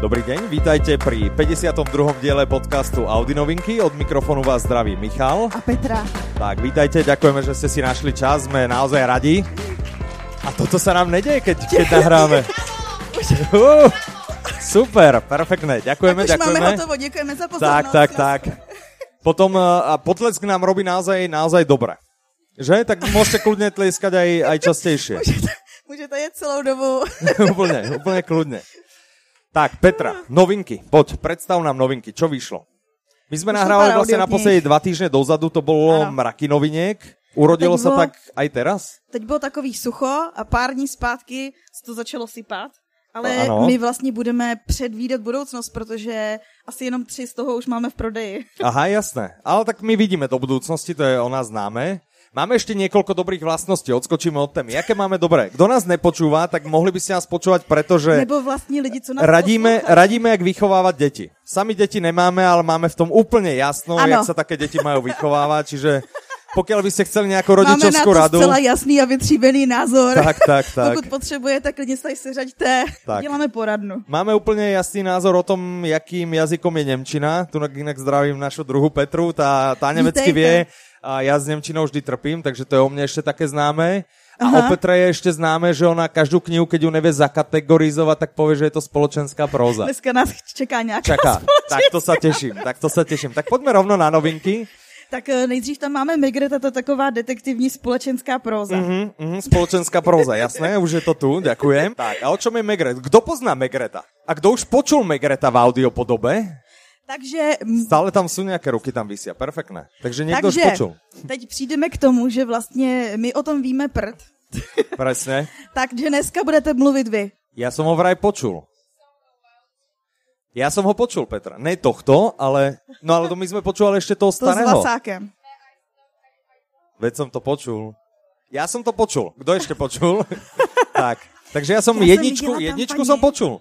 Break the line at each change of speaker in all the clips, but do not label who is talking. Dobrý deň, vítajte pri 52. diele podcastu Audi Novinky. Od mikrofonu vás zdraví Michal.
A Petra.
Tak, vítajte, ďakujeme, že ste si našli čas, sme naozaj radi. A toto sa nám nedeje, keď, keď nahráme. Uh, super, perfektné, ďakujeme,
Už máme no.
ďakujeme.
hotovo, děkujeme za pozornost.
Tak, tak, tak. Potom uh, a potlesk nám robí naozaj, naozaj dobre. Že? Tak môžete kľudne tlieskať aj, aj častejšie.
Můžete, můžete jet celou dobu.
úplne, úplne kľudne. Tak, Petra, novinky. Poď, predstav nám novinky. Čo vyšlo? My sme
Vyšlo
nahrávali
pár
vlastne
audiokníh.
naposledy dva týždne dozadu, to bolo
Áno.
mraky noviniek. Urodilo
Teď
sa
bolo-
tak aj teraz?
Teď bylo takový sucho a pár dní zpátky se to začalo sypat. Ale
No, ano.
my vlastně budeme předvídat budoucnost, protože asi jenom tři z toho už máme v prodeji.
Aha, jasné. Ale tak my vidíme do budúcnosti, to je o nás známe. Máme ešte niekoľko dobrých vlastností, odskočíme od témy. Jaké máme dobré? Kto nás nepočúva, tak mohli by ste nás počúvať, pretože
Nebo vlastně lidi, co nás
radíme,
poslouchají.
radíme, jak vychovávat děti. Sami děti nemáme, ale máme v tom úplně jasno, ano.
Ano.
jak se také děti mají vychovávat, čiže pokud byste chceli nějakou
Máme na
rodičovskou
to
radu,
zcela jasný a vytříbený názor.
tak, tak, tak.
Pokud potřebujete, klidně se tady seřaďte.
Tak.
Děláme poradnu.
Máme úplně jasný názor o tom, jakým jazykom je Němčina. Tu jinak zdravím našu druhu Petru, ta, ta německy vě.
Vítejte.
A já s Němčinou vždy trpím, takže to je o mně ještě také známe. A Aha.
Aha.
o Petre je ještě známe, že ona každou knihu, keď ju nevě zakategorizovat, tak pově, že je to společenská proza.
Dneska nás čeká nějaká
čaká. Tak to sa teším, tak to sa teším. Tak poďme rovno na novinky.
Tak eh, nejdřív tam máme Migreta, to je taková detektivní společenská próza. Mm-hmm.
Mhm, mhm, spoločenská proza, jasné, už je to tu, ďakujem. Tak, a o čom je Megret? Kdo pozná Megreta? A kdo už počul Megreta v audiopodobe?
Takže, m,
Stále tam sú nejaké ruky, tam vysia, perfektné. Takže niekto už
takže
počul.
teď přijdeme k tomu, že vlastně my o tom víme prd,
Presne.
takže dneska budete mluvit vy.
Ja som ho vraj počul. Ja som ho počul, Petra. Ne tohto, ale... No ale to my sme počúvali ešte toho
To s
starého.
vlasákem.
Veď som to počul. Ja som to počul. Kto ešte počul? tak. Takže ja som
Ja som
jedničku,
videla tam
jedničku
pani-
som počul.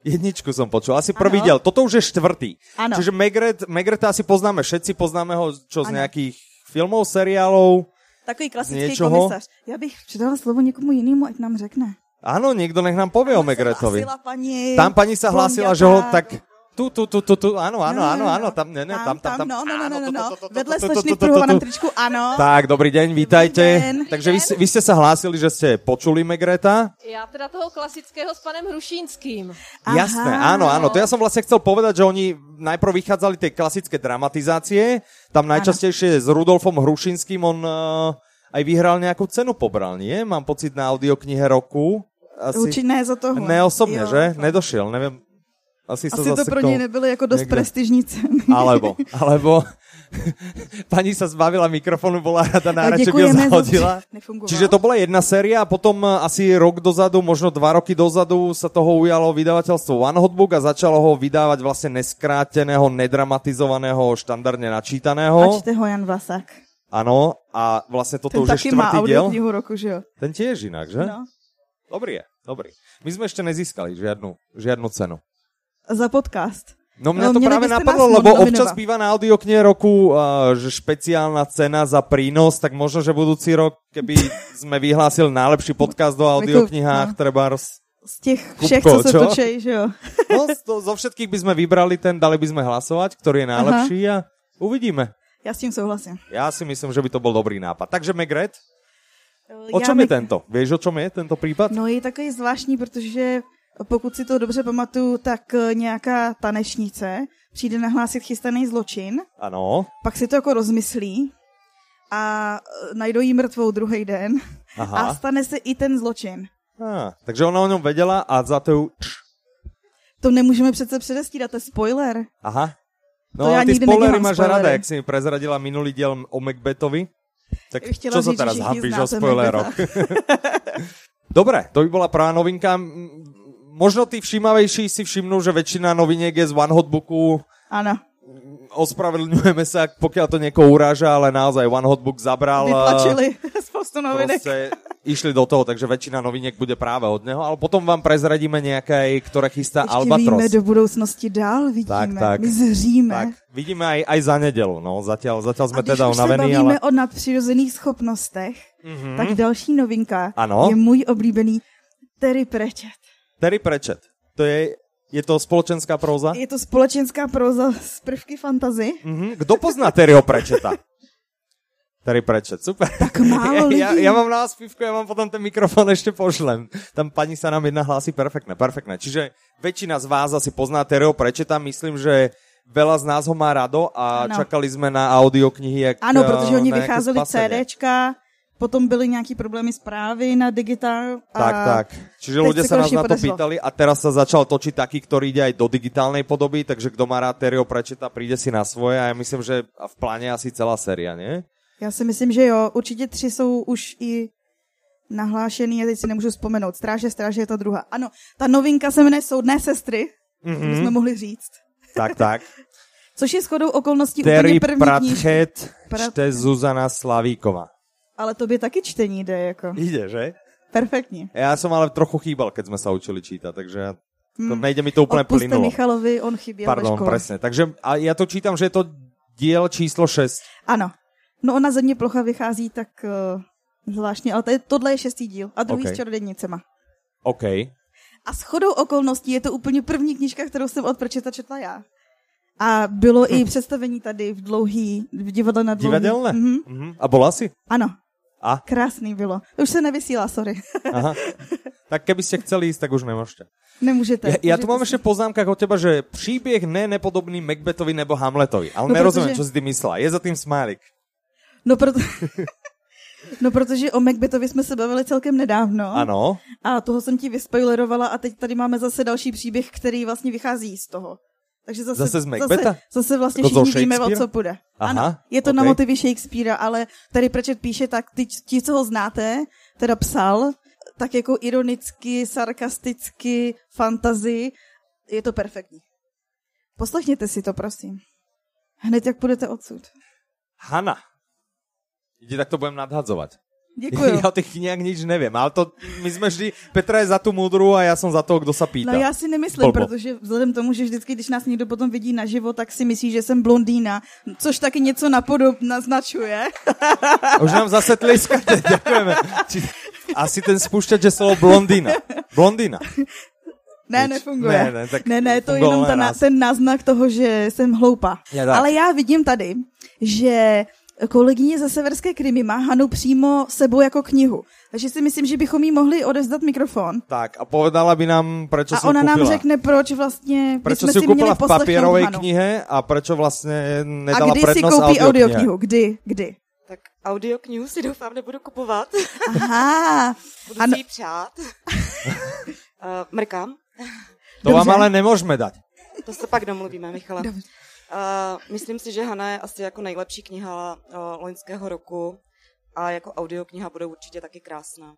Jedničku som počul, asi
Áno.
prvý diel. Toto už je štvrtý.
Áno.
Čiže Megret, Megreta asi poznáme všetci, poznáme ho čo z
Áno.
nejakých filmov, seriálov.
Takový klasický
Něčoho?
komisař. Já bych předala slovo někomu jinému, ať nám řekne.
Áno, niekto nech nám povie o Megretovi.
Hlásila Paní,
Tam pani sa hlásila, že ho
blondětá.
tak... Tu, tu, tu, tu, tu, áno, áno,
No, no,
áno,
no,
áno,
no.
tam, ne, ne, tam, tam, tam.
No, no, no,
áno,
no, no,
tu, tu,
no.
tu, tu, tu,
Vedle
tu, tu,
slečny
tu,
v
tu, tu,
pruhovaném
tu.
tričku, ano.
Tak, dobrý deň, vítajte.
den.
Takže vy, vy ste sa hlásili, že ste počuli Megreta.
Já teda toho klasického s panem Hrušínským.
Aha.
Jasné, áno, áno. To ja som vlastne chcel povedať, že oni najprv vychádzali tie klasické dramatizácie. Tam najčastejšie s Rudolfom Hrušinským on uh, aj vyhral nejakú cenu, pobral, nie? Mám pocit na audioknihe roku. Asi...
Určitě ne za toho.
Ne osobne,
Jo.
že? Nedošiel, neviem. Asi, sa
Asi to pro
zasekol.
něj nebyly jako dost
někde.
prestižní ceny.
Alebo, alebo pani sa zbavila mikrofonu, bola rada
A
nára, že by ho
děkujeme za-
zahodila.
Nefungovalo.
Čiže to bola jedna séria a potom eh, asi rok dozadu, možno dva roky dozadu sa toho ujalo vydavateľstvo One Hotbook a začalo ho vydávať vlastne neskráteného, nedramatizovaného, štandardne
A
načítaného.
čte ho Jan Vlasák.
Áno, a vlastne
Ten
toto už je
taky má
štvrtý diel.
audioknihu roku, že jo?
Ten tiež inak, že?
No.
Dobrý je, dobrý. My sme ešte nezískali žiadnu, žiadnu cenu.
Za podcast.
No mňa
No,
no, to
měli
práve
byste nás
napadlo, lebo
nominovat.
občas býva na audioknie roku uh, že špeciálna cena za prínos, tak možno, že budúci rok, keby sme vyhlásil najlepší podcast o audioknihách, no.
no.
trebárs.
Z těch všech,
Kupko,
co se
čo?
točej, že jo?
No, z to, zo všetkých by sme vybrali ten, dali by sme hlasovať, ktorý je najlepší a uvidíme.
Já s tím souhlasím.
Ja si myslím, že by to bol dobrý nápad. Takže Megret, o
Já
čom
mi-
je tento? Vieš, o čom je tento prípad?
No je takový zvláštní, protože pokud si to dobře pamatuju, tak eh, nějaká tanečnice přijde nahlásit chystaný zločin,
Áno.
pak si to jako rozmyslí a eh, najdou jí mrtvou druhý den a
Aha.
stane se i ten zločin.
Á, takže ona o ňom vedela a za to ju... Č.
To nemůžeme přece předestírat, to je spoiler.
Aha. No
To
a
já
ty
nikdy
spoilery
nedělám
máš
spoilery.
rada, jak si mi prezradila minulý díl o Macbethovi. Tak
Chtěla
čo sa
říct, že
teraz
všichni
hambíš o
znáte
spoileroch? Dobre, to by bola prvá novinka. M- Možno tí všímavejší si všimnú, že väčšina noviniek je z One Hotbooku.
Ano,
Ospravedlňujeme sa, pokiaľ to niekoho uráža, ale naozaj One Hotbook zabral. eh,
vytlačili spoustu novinek.
Proste išli do toho, takže väčšina noviniek bude práve od neho. Ale potom vám prezradíme nejaké, ktoré chystá
Ještě
Albatros.
víme do budoucnosti dál, vidíme,
Tak, tak.
my zříme.
Tak, vidíme aj, aj za nedelu, no. Zatiaľ, zatiaľ
A
sme
když
teda
už se
unavení,
bavíme
ale... Mhm.
o nadpřirozených schopnostech, mm-hmm. tak další novinka
Ano.
je můj oblíbený Terry Pratchett.
Terry Pratchett, to je Je to spoločenská próza?
Je to společenská proza z prvky fantazy.
Mhm. Kdo pozná Terryho Prečeta? Terry Prečet, super.
Tak málo lidí.
Já, já mám náspívku, já vám potom ten mikrofon ještě pošlem. Tam paní sa nám jedna hlásí, perfektné, perfektné. Čiže väčšina z vás asi pozná Terryho Prečeta, myslím, že veľa z nás ho má rado a ano.
Ano.
čakali jsme na audioknihy. Jak,
Ano,
eh,
protože oni
na nějaké
vycházeli
spasenie.
CDčka, potom byly nějaký problémy s právy na digitál. A
Tak, tak. Čiže
teď
ľudia
se
sa nás
konečně
na to
podařilo.
pýtali a teraz sa začal točiť taký, ktorý ide aj do digitálnej podoby, takže kdo má rád Terryho Prečeta, príde si na svoje a ja myslím, že v pláne je asi celá séria, nie?
Já si myslím, že jo, určitě tři jsou už i nahlášený, a teď si nemůžu vzpomenout. Stráže, stráže je ta druhá. Ano, ta novinka se jmenuje Soudné sestry,
Mhm.
mm-hmm. jsme mohli říct.
Tak, tak.
Což je shodou okolností
Terry
úplně první knížka,
Pratchet
Prat-
čte Zuzana Slavíková.
ale tobě taky čtení jde, jako.
Ide, že?
Perfektně.
E, Já jsem ale trochu chýbal, keď jsme se učili čítat, takže já- to nejde mi to úplně
Hmm. Odpuste
plynulo.
Michalovi, on chyběl ve
Pardon,
škole.
přesně. Takže a já to čítám, že je to díl číslo 6.
Ano. No ona země plocha vychází tak uh, zvláštně, ale tady, tohle je šestý díl a druhý
Ok.
okay. s čarodějnicema.
OK.
A shodou okolností je to úplně první knižka, kterou jsem od Prčeta četla já. A bylo i představení tady v dlouhý, v divadle na
Hm.
dlouhý.
Divadelné?
Mhm.
Mm-hmm. Mm-hmm. A bola si?
Ano,
A?
krásný bylo. Už se nevysílá, sorry.
Aha. tak keby ste chceli ísť, tak už nemôžete.
Nemůžete.
Ja, ja tu
Můžete
mám
si-
ešte v poznámkach od teba, že příběh ne nepodobný Macbethovi nebo Hamletovi. Ale no,
No,
nerozumiem,
protože-
čo si ty myslela. Je za tým smálik.
No, proto... no protože o Macbethovi jsme se bavili celkem nedávno.
Ano.
A toho jsem ti vyspoilerovala a teď tady máme zase další příběh, který vlastně vychází z toho. Takže zase,
Zase z Macbetha?
zase, zase vlastně
Jako
jako
zo
všichni víme, o
Shakespearea?
co půjde.
Aha,
ano, je to okay. na
okej.
motivy Shakespearea, ale tady Prečet píše tak, ti, ti, co ho znáte, teda psal, tak jako ironicky, sarkasticky, fantazi, je to perfektní. Poslechněte si to, prosím. Hned jak půjdete odsud.
Hana. Ide, tak to budem nadhadzovať.
Děkuju.
Já o těch nějak nič nevím, ale to, my jsme vždy, Petra je za tu moudrou a já jsem za toho, kdo se pýta.
No já si nemyslím,
Blbo.
Blbo. protože vzhledem k tomu, že vždycky, když nás někdo potom vidí naživo, tak si myslí, že jsem blondýna, což taky něco napodob naznačuje.
A Už nám zase tliskate, děkujeme. Či, asi ten spouštěč je slovo blondýna. Blondýna.
Ne,
Nič.
nefunguje.
Ne, ne, tak
ne, ne to je
fungovalo
jenom ta, na-
naraz.
ten náznak toho, že jsem hloupá.
Je tak.
Ale já vidím tady, že kolegyně ze Severské Krymy má Hanu přímo sebou jako knihu. Takže si myslím, že bychom jí mohli odevzdat mikrofon.
Tak a povedala by nám, proč
a
si
ona
ju
nám
kupila.
řekne, proč vlastně
proč
bychom
si ju
si měli
kupila v
poslechnout
papírové
Hanu.
knihe a proč vlastně
A
nedala
kdy si
prednost
koupí
audioknihe.
audioknihu? Kdy? Kdy?
Tak audioknihu si doufám nebudu kupovat,
Aha.
budu
Ano,
si ji přát. uh, mrkám,
To vám
Dobře.
ale nemůžeme dať.
to se pak domluvíme, Michale. Uh, myslím si, že Hana je asi jako nejlepší kniha uh, loňského roku a jako audiokniha bude určitě taky krásná.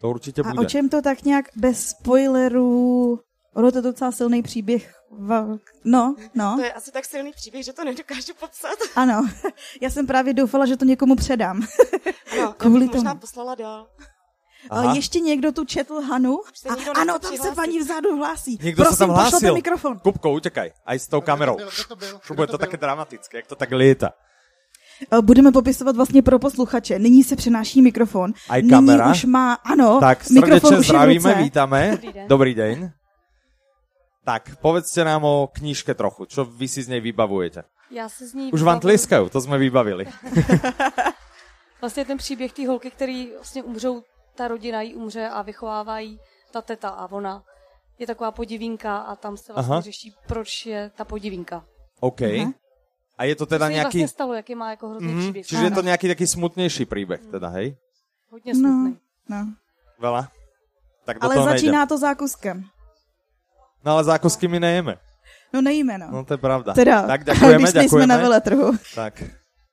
To určitě
A
bude.
o čem to tak nějak bez spoilerů? Ono to je docela silný příběh. va- No, no,
To je asi tak silný příběh, že to nedokážu popsat.
ano. Já jsem právě doufala, že to někomu předám.
Ano, já
Kvůli
bych možná
tomu.
poslala dál.
Aha.
Ale ještě někdo tu četl Hanu?
se
A,
nikdo nechce
ano, tam se
přihlásit.
paní vzadu hlásí.
Někdo
Prosím,
se tam
pošlete
hlásil.
mikrofon.
Kupko, utekaj. A i s tou kamerou.
byl? Kdo to byl? Kdo
Bude
to
to
byl?
také dramatické, jak to tak lieta.
Eh, Budeme popisovat vlastně pro posluchače. Nyní se přenáší mikrofon.
A i
Nyní
kamera?
už má, ano,
Tak
mikrofon
srdečně
Oh, už je v
zdravíme,
ruce.
vítáme.
Dobrý den.
Dobrý den. Tak, povedzte nám o knížke trochu, čo vy si z něj vybavujete.
Já se z ní...
Už vám
vybavuju-
tliskajú, to jsme vybavili.
Vlastně ten příběh té holky, který vlastně umřou, ta rodina jí umře a vychovávají ta teta a ona je taková podivínka a tam se vlastně
Aha.
Aha. řeší, proč je ta podivínka.
OK. A je to
Co
teda
se jí
nějaký...
vlastně stalo, jaký má jako hrozný
Mhm,
příběh.
Čiže je to nějaký taký smutnější příběh, teda, hej?
Hodně smutný.
No, no.
Vela? Tak do
Ale
toho
začíná
nejdem.
to zákuskem.
No ale zákosky my nejeme.
No nejme, no.
No to je pravda.
Teda,
tak děkujeme,
když
děkujeme.
nejsme na veletrhu.
Tak.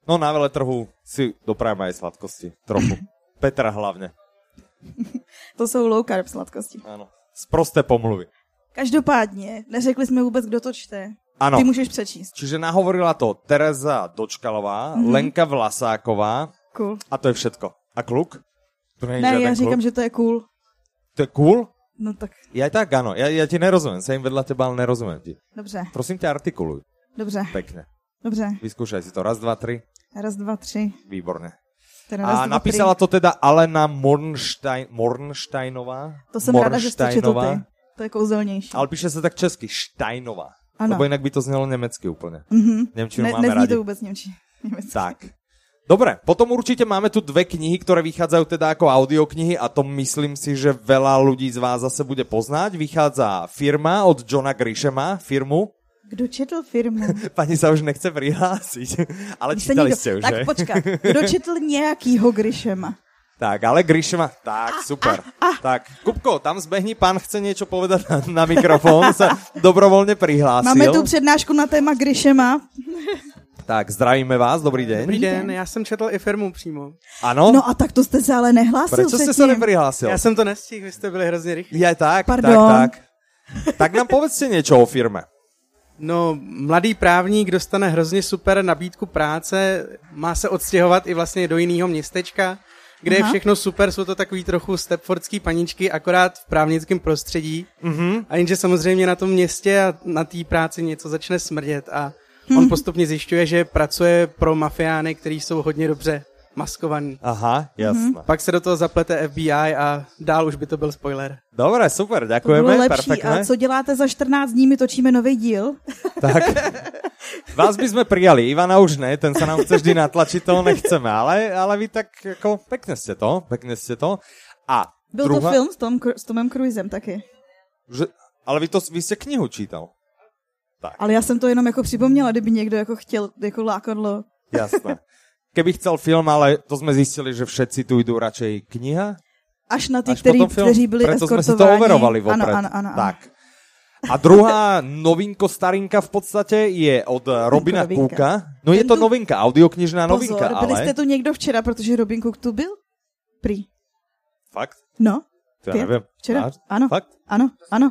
No na veletrhu si doprajeme aj sladkosti. Trochu. Petra hlavně.
To jsou low carb sladkosti.
Ano. Z prosté pomluvy.
Každopádně, neřekli jsme vůbec, kdo to čte.
Ano.
Ty můžeš přečíst.
Čiže nahovorila to Tereza Dočkalová,
Mhm.
mm-hmm. Lenka Vlasáková
Cool.
a to je všetko. A kluk? To není
Ne,
žádný
já říkám,
kluk.
že to je cool.
To je cool?
No tak,
Já tak ano, já, já ti nerozumím, jsem vedle teba, ale nerozumím ti.
dobře,
Prosím tě, artikuluj.
dobře,
Pekne.
dobře.
Vyskúšaj si to. Raz, dva, tri.
Raz, dva, tři.
Výborne.
Teda raz,
A
dva,
napísala to teda Alena Mornstein, Mornsteinová?
To jsem ráda, že jsi to četl ty. To je kouzelnější.
Ale píše se tak česky, Štajnova.
Ano.
Lebo jinak by to znělo nemecky úplně.
Mhm.
Němčinu
Ne,
máme
nezní
rádi.
to vůbec němčí. Německy.
Tak. Dobre, potom určite máme tu dve knihy, ktoré vychádzajú teda ako audioknihy a to myslím si, že veľa ľudí z vás zase bude poznať. Vychádza Firma od Johna Grishema, firmu.
Kdo četl firmu?
Pani sa už nechce prihlásiť, ale
Když se
čítali
nikdo-
ste už,
tak
že?
počkat, kdo četl nějakýho Grishema?
Tak, ale Grishema, tak, super. Tak, Kupko, tam zbehni, pán chce niečo povedať na, na mikrofon, sa dobrovoľne prihlásil.
Máme tu přednášku na téma Grishema.
Tak, zdravíme vás, dobrý deň.
Dobrý den, já jsem četl i firmu přímo.
Ano,
No a tak to jste se ale nehlásil
prečo ste
předtím.
sa neprihlásil?
Já jsem to nestihl, vy jste byli hrozně rychlí.
Je tak,
Pardon.
tak, tak. Tak nám povedzte něco o firme.
No, mladý právník dostane hrozně super nabídku práce, má se odstěhovat i vlastně do jiného městečka, kde Aha.
Aha.
je všechno super, jsou to takový trochu stepfordský paničky, akorát v právnickém prostředí. Mm-hmm. A jenže samozřejmě na tom městě a na té práci něco začne smrdět a on postupně zjišťuje, že pracuje pro mafiány, kteří jsou hodně dobře maskovaní.
Aha, jasné.
Mhm.
Pak se do toho zaplete FBI a dál už by to byl spoiler.
Dobre, super,
To bylo
ďakujeme,
lepší.
perfektné.
A co děláte za 14 dní? My točíme nový díl.
Tak, vás by sme prijali, Ivana už ne, ten sa nám chce vždy natlačiť, toho nechceme, ale, ale vy tak, jako, pekne ste to, pekne ste to. A
Byl
druhá,
to film s, Tom, Cru- s Tomem Cruisem taky.
Že, ale vy, to, vy ste knihu čítal.
Ale já jsem to jenom jako připomněla, kdyby někdo jako chtěl jako lákadlo.
Jasné. Keby chcel film, ale to sme zistili, že všetci tu idú radšej kniha,
Až na ty,
Až
který,
potom film.
kteří byli
Preto sme
eskortováni.
si to overovali
ano,
vopred.
ano, ano, ano.
Tak. A druhá novinko starinka v podstate je od Robina
novinka.
Kúka. No je
Ten
to
tu-
novinka, audioknižná
Pozor,
novinka,
byli
ale...
jste tu někdo včera, protože Robin Cook tu byl? Prý.
Fakt?
No,
To ja
Pět?
neviem.
včera. No.
Váž-
Ano,
Fakt?
ano, ano.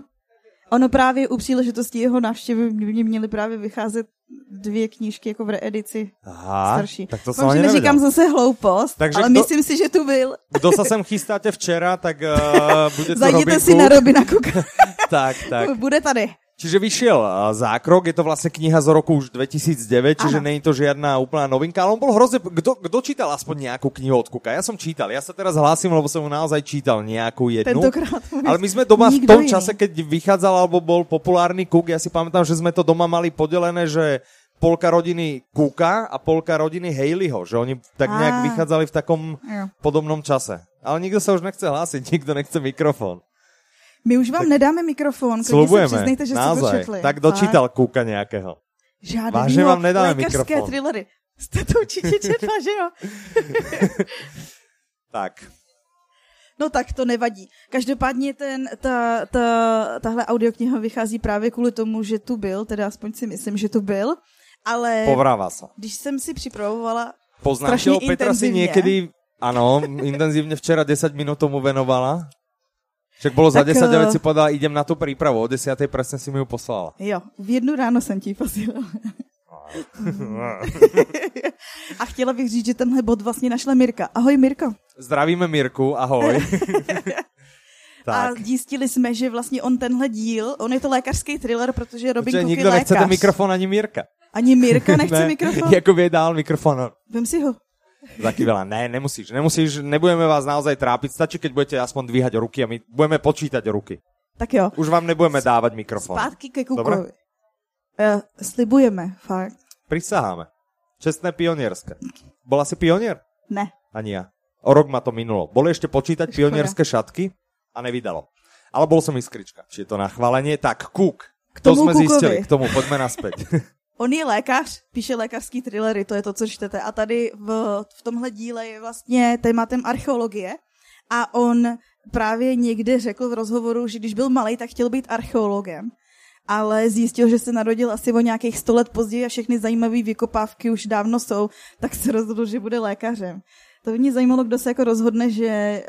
Ono právě u příležitosti jeho návštěvy mě měly právě vycházet dvě knížky jako v reedici
Aha,
starší.
tak to
Doufám,
jsem ani
že neříkám
nevěděl.
zase hloupost,
Takže
Takže ale
kdo-
kdo... myslím si, že tu byl.
Kdo se sem chystáte včera, tak uh, bude to
Zajděte
Robin
si na
Cook.
Robina Cooka.
Tak, tak.
Bude tady.
Čiže vyšiel eh, Zákrok, je to vlastne kniha z roku už 2009, čiže
Áno.
není to žiadna úplná novinka, ale on bol hrozne... Kto, kto čítal aspoň nejakú knihu od Kuka? Ja som čítal, ja sa teraz hlásim, lebo som ju naozaj čítal nejakú jednu.
Tentokrát mu-
Ale my sme doma v
Nikdo
tom
iný.
čase, keď vychádzal alebo bol populárny Kuk, ja si pamätám, že sme to doma mali podelené, že polka rodiny Kuka a polka rodiny Haleyho, že oni tak nejak
Á.
vychádzali v takom
Jo.
podobnom čase. Ale nikto sa už nechce hlásiť, nikto nechce mikrofón.
My už vám tak nedáme mikrofon, klidně
Slubujeme,
se přiznejte, že jste to
naozaj.
četli.
tak dočítal Kuka nejakého.
Žádný
Vážně vám nedáme mikrofon.
thrillery. Jste to určitě četla, že jo?
Tak,
No tak to nevadí. Každopádně ten, ta, ta, tahle audiokniha vychází právě kvůli tomu, že tu byl, teda aspoň si myslím, že tu byl, ale
povráva sa.
když jsem si připravovala,
Poznáte ho,
Eh, Strašne
Petra si
intenzívne.
niekedy, áno, intenzívne včera 10 minút tomu venovala. Však bolo za
Tak,
10 a
eh,
veci povedala, idem na tú prípravu. O 10 presne si mi ju poslala.
jo, v jednu ráno jsem ti ji posílala. A chtěla bych říct, že tenhle bod vlastně našla Mirka. Ahoj Mirko.
Zdravíme Mirku, ahoj.
A
tak.
zjistili jsme, že vlastně on tenhle díl, on je to lékařský thriller, protože Robin
Protože
Cook je
nikdo nechce
lékař.
ten mikrofon ani Mirka.
Ani Mirka nechce ne. mikrofon.
Jakub je dál mikrofon.
Vem si ho.
Zakývala, ne, nemusíš, nemusíš, nebudeme vás naozaj trápiť, stačí, keď budete aspoň dvíhať ruky a my budeme počítať ruky.
Tak jo.
Už vám nebudeme dávať mikrofon.
Zpátky ke
Dobré.
Kukovi. Uh, slibujeme, fakt.
Prisaháme. Čestné pionierské. Bola si pionier?
Ne.
Ani ja. O rok ma to minulo. Boli ešte počítať
Škoda.
pionierské šatky a nevydalo. Ale bol som iskrička, či je to na chválenie. Tak, Cook.
K
To sme
tomu Kukovi.
zistili. K tomu poďme naspäť.
On je lékař, píše lékařský thrillery, to je to, co čtete. A tady v, v tomhle díle je vlastně tématem archeologie. A on právě někde řekl v rozhovoru, že když byl malý, tak chtěl být archeologem. Ale zjistil, že se narodil asi o nějakých 100 let později a všechny zajímavé vykopávky už dávno jsou, tak se rozhodl, že bude lékařem. To by mě zajímalo, kdo se jako rozhodne, že eh,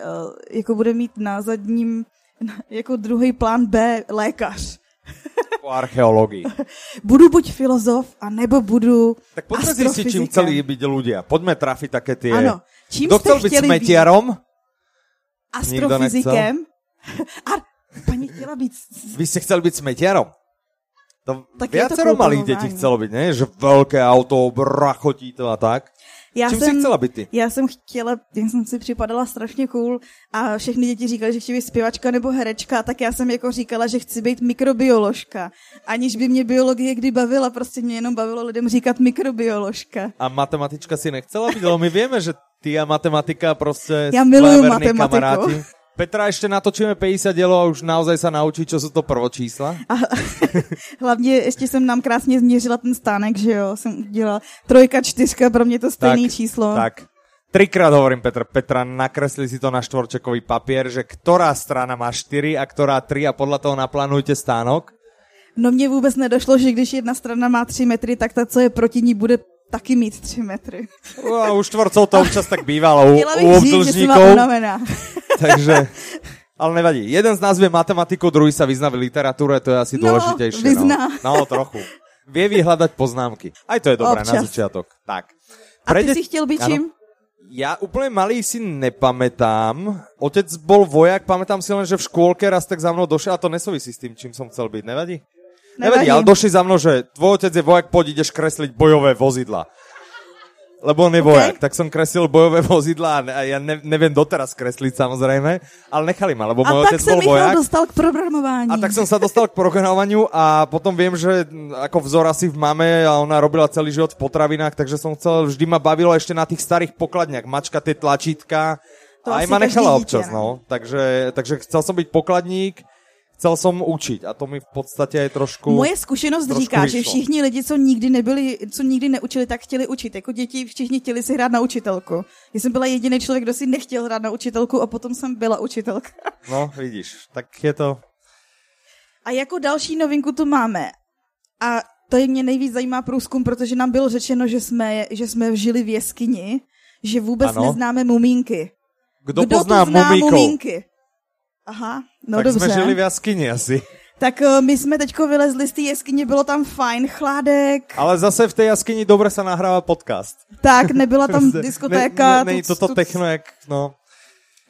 jako bude mít na zadním jako druhý plán B lékař.
po archeológii.
budu buď filozof, anebo budu
Tak poďme zistiť, čím
astrofyzikem.
chceli byť ľudia. Poďme trafiť také tie...
Ano. Čím
Kto
jste
chcel byť
chtěli
smetiarom? Nikdo nechcel.
Astrofyzikem? A paní chtěla být... s-
Vy ste chceli byť smetiarom? To
Tak je to
viacero malých
krupování.
detí chcelo byť, ne? Že veľké auto, brachotí to a tak.
Já
Čím jsi
jsem,
chcela být ty?
Já jsem chtěla, já jsem si připadala strašně cool a všechny děti říkaly, že chci být zpěvačka nebo herečka, tak já jsem jako říkala, že chci být mikrobioložka. Aniž by mě biologie kdy bavila, prostě mě jenom bavilo lidem říkat mikrobioložka.
A matematička si nechcela byť, lebo my vieme, že ty a matematika proste
Ja milujem
skvelí verní
matematiku.
kamaráti. Petra, ešte natočíme 50 dielov a už naozaj sa naučí, čo sú to prvočísla.
A hlavně ještě jsem nám krásně změřila ten stánek, že jo, jsem udělala trojka, čtyřka, pro mě to stejný číslo.
Tak. Trikrát hovorím, Petr. Petra, nakresli si to na štvorčekový papier, že ktorá strana má 4 a ktorá 3 a podľa toho naplánujte stánok.
No mě vůbec nedošlo, že když jedna strana má tři metry, tak ta, co je proti ní, bude taky mít tři metry.
No, A u štvorcov to občas tak bývalo, u,
Chtěla
u
bych říct, že jsem byla
obdlžníkov.
unavená.
Takže... Ale nevadí. Jeden z nás vie matematiku, druhý sa vyzná v literatúre, to je asi
No,
dôležitejšie.
vyzná.
No. no, trochu. Vie vyhľadať poznámky. Aj to je dobré na
Občas.
začiatok. Tak.
A ty
Prejde-
jsi chtěl být
Ano.
čím?
Ja úplne malý si nepamätám. Otec bol vojak, pamätám si len, že v škôlke raz tak za mnou došiel, a to nesúvisí s tým, čím som chcel byť, nevadí? Nevadí,
Nevadí.
ale došli za mnou, že tvoj otec je vojak, poď ideš kresliť bojové vozidla. Lebo on je vojak, tak som kreslil bojové vozidla a ne- a ja ne, neviem doteraz kresliť samozrejme, ale nechali ma, lebo
A
môj
pak
otec
se
bol
Michal
vojak.
dostal k programování.
A tak som sa dostal k programovaniu a potom viem, že m, ako vzor asi v mame a ona robila celý život v potravinách, takže som chcel, vždy ma bavilo ešte na tých starých pokladniach, mačka tie tlačítka.
To
a aj
asi
ma
každý
nechala
dítě,
občas,
ne?
no. Takže, takže chcel som byť pokladník, chcel som učiť a to mi v podstate aj trošku...
Moje zkušenost
trošku
říká, že
vyšlo.
všichni lidi, co nikdy nebyli, co nikdy neučili, tak chtěli učit. Jako děti všichni chtěli si hrát na učitelku. Já jsem byla jediný člověk, kdo si nechtěl hrát na učitelku a potom jsem byla učitelka.
No, vidíš, tak je to...
A jako další novinku tu máme. A to je mě nejvíc zajímá průzkum, protože nám bylo řečeno, že jsme, že jsme žili v jeskyni, že vůbec
Ano.
ano. neznáme mumínky.
Kdo, pozná,
pozná
mumíkov?
mumínky? Aha, no
tak
dobře.
sme žili v jaskyni asi.
Tak eh, my jsme teďko vylezli z té jeskyně, bylo tam fajn chládek,
Ale zase v tej jaskyni dobre sa nahráva podcast.
tak nebyla tam
Prostě
diskotéka.
Ne, ne, ne,
tuc,
toto
tuc.
techno, jak, no.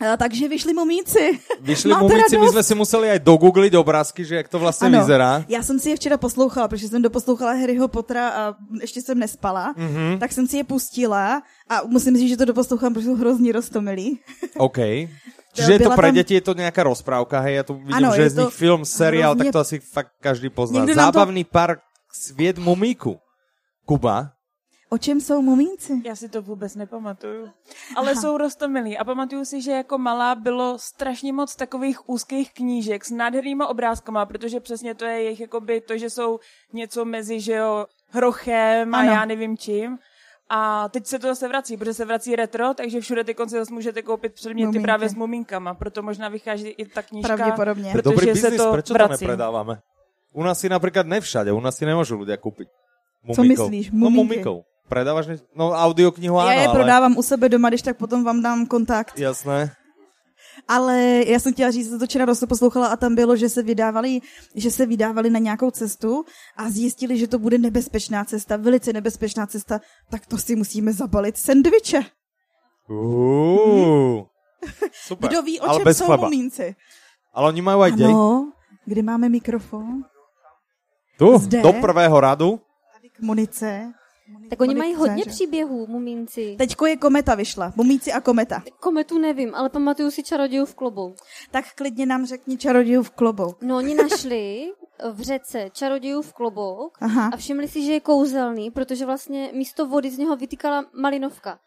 Eh, Takže vyšli mumíci.
Vyšli
Máte
mumici, my
radost?
jsme si museli aj dogoogliť obrázky, že jak to vlastně ano. vyzerá.
Já jsem si je včera poslouchala, protože jsem doposlouchala Harryho Pottera a ještě jsem nespala,
Mhm.
mm-hmm. tak jsem si je pustila a musím říct, že to doposlouchám, protože jsou hrozně roztomilí.
OK. Čiže je to
byla
pre
tam-
děti, je to nějaká rozprávka, hej, já tu vidím, ano,
Ano,
že je
je
z
to
nich film, seriál,
hrozně-
tak to asi fakt každý pozná.
Někdo nám to-
Zábavný to... park Svět mumíku. Kuba,
O čem jsou mumínci?
Já si to vůbec nepamatuju. Ale Aha. jsou rostomilí a pamatuju si, že jako malá bylo strašně moc takových úzkých knížek s nádhernýma obrázkama, protože přesně to je jejich jakoby to, že jsou něco mezi, že jo, hrochem
Ano.
a já nevím čím. A teď se to zase vrací, protože se vrací retro, takže všude ty konce zase můžete koupit předměty
Mumínky.
Mumínky. právě s muminkama, proto možná vychází i ta knížka.
Pravděpodobně.
Proto-
dobrý
Protože se
biznis,
to
proč to
vrací.
nepredáváme? U nás si například ne všade, u nás si nemůžu lidé koupit.
myslíš,
No
mumínky?
mumikou. Predáváš, ne... no audioknihu ano,
Já je
ale...
prodávám u sebe doma, když tak potom vám dám kontakt.
Jasné.
Ale já jsem chtěla říct, že jsem to včera dost poslouchala a tam bylo, že se vydávali, že se vydávali na nějakou cestu a zjistili, že to bude nebezpečná cesta, velice nebezpečná cesta, tak to si musíme zabalit sendviče.
Uuu. Super.
Mhm. Kdo ví, o
ale
čem
bez
jsou
chleba.
mumínci?
Ale oni mají aj dej.
Ano, kde máme mikrofon?
Tu,
Zde.
do prvého radu.
K munice.
Tak oni mají
Kolik
hodně
chceš?
příběhů, mumínci.
Teďko je kometa vyšla, mumíci a kometa.
Kometu nevím, ale pamatuju si čarodějů v klobou.
Tak klidně nám řekni čarodějů v klobou.
No oni našli v řece čarodějů v klobouk
Aha.
a všimli si, že je kouzelný, protože vlastně místo vody z něho vytýkala malinovka.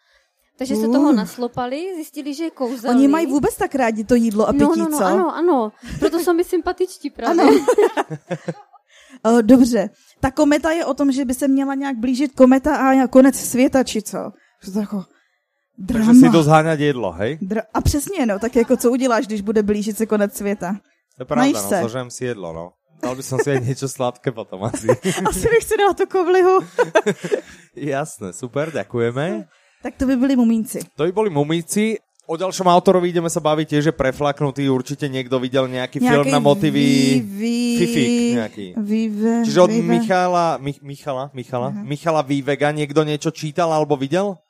Takže se
Uh.
toho naslopali, zjistili, že je kouzelný.
Oni mají vůbec tak rádi to jídlo a pití,
no, no, no,
co?
ano, ano. Proto jsou mi sympatičtí právě. Ano.
Eh, Dobře, ta kometa je o tom, že by se měla nějak blížit kometa a konec světa, či co? Že to jako drama.
Takže si jdu zháňat jedlo, hej?
Dra- a přesně, no, tak jako co uděláš, když bude blížit se konec světa?
To je pravda,
Najíš
no,
se.
zažem si jedlo, no. Dal by som si aj niečo sladké potom asi.
Asi bych si dala tu kovlihu.
Jasné, super, ďakujeme.
tak to by byli mumínci.
To by boli mumíci. O ďalšom autorovi ideme sa baviť tiež, že preflaknutý určite niekto videl nejaký, film na motivy.
vy,
Fifík nějaký.
Vive,
Čiže od
vive.
Michala, Mich, Michala, Michala,
Mhm.
uh-huh. Michala Vývega niekto niečo čítal alebo videl?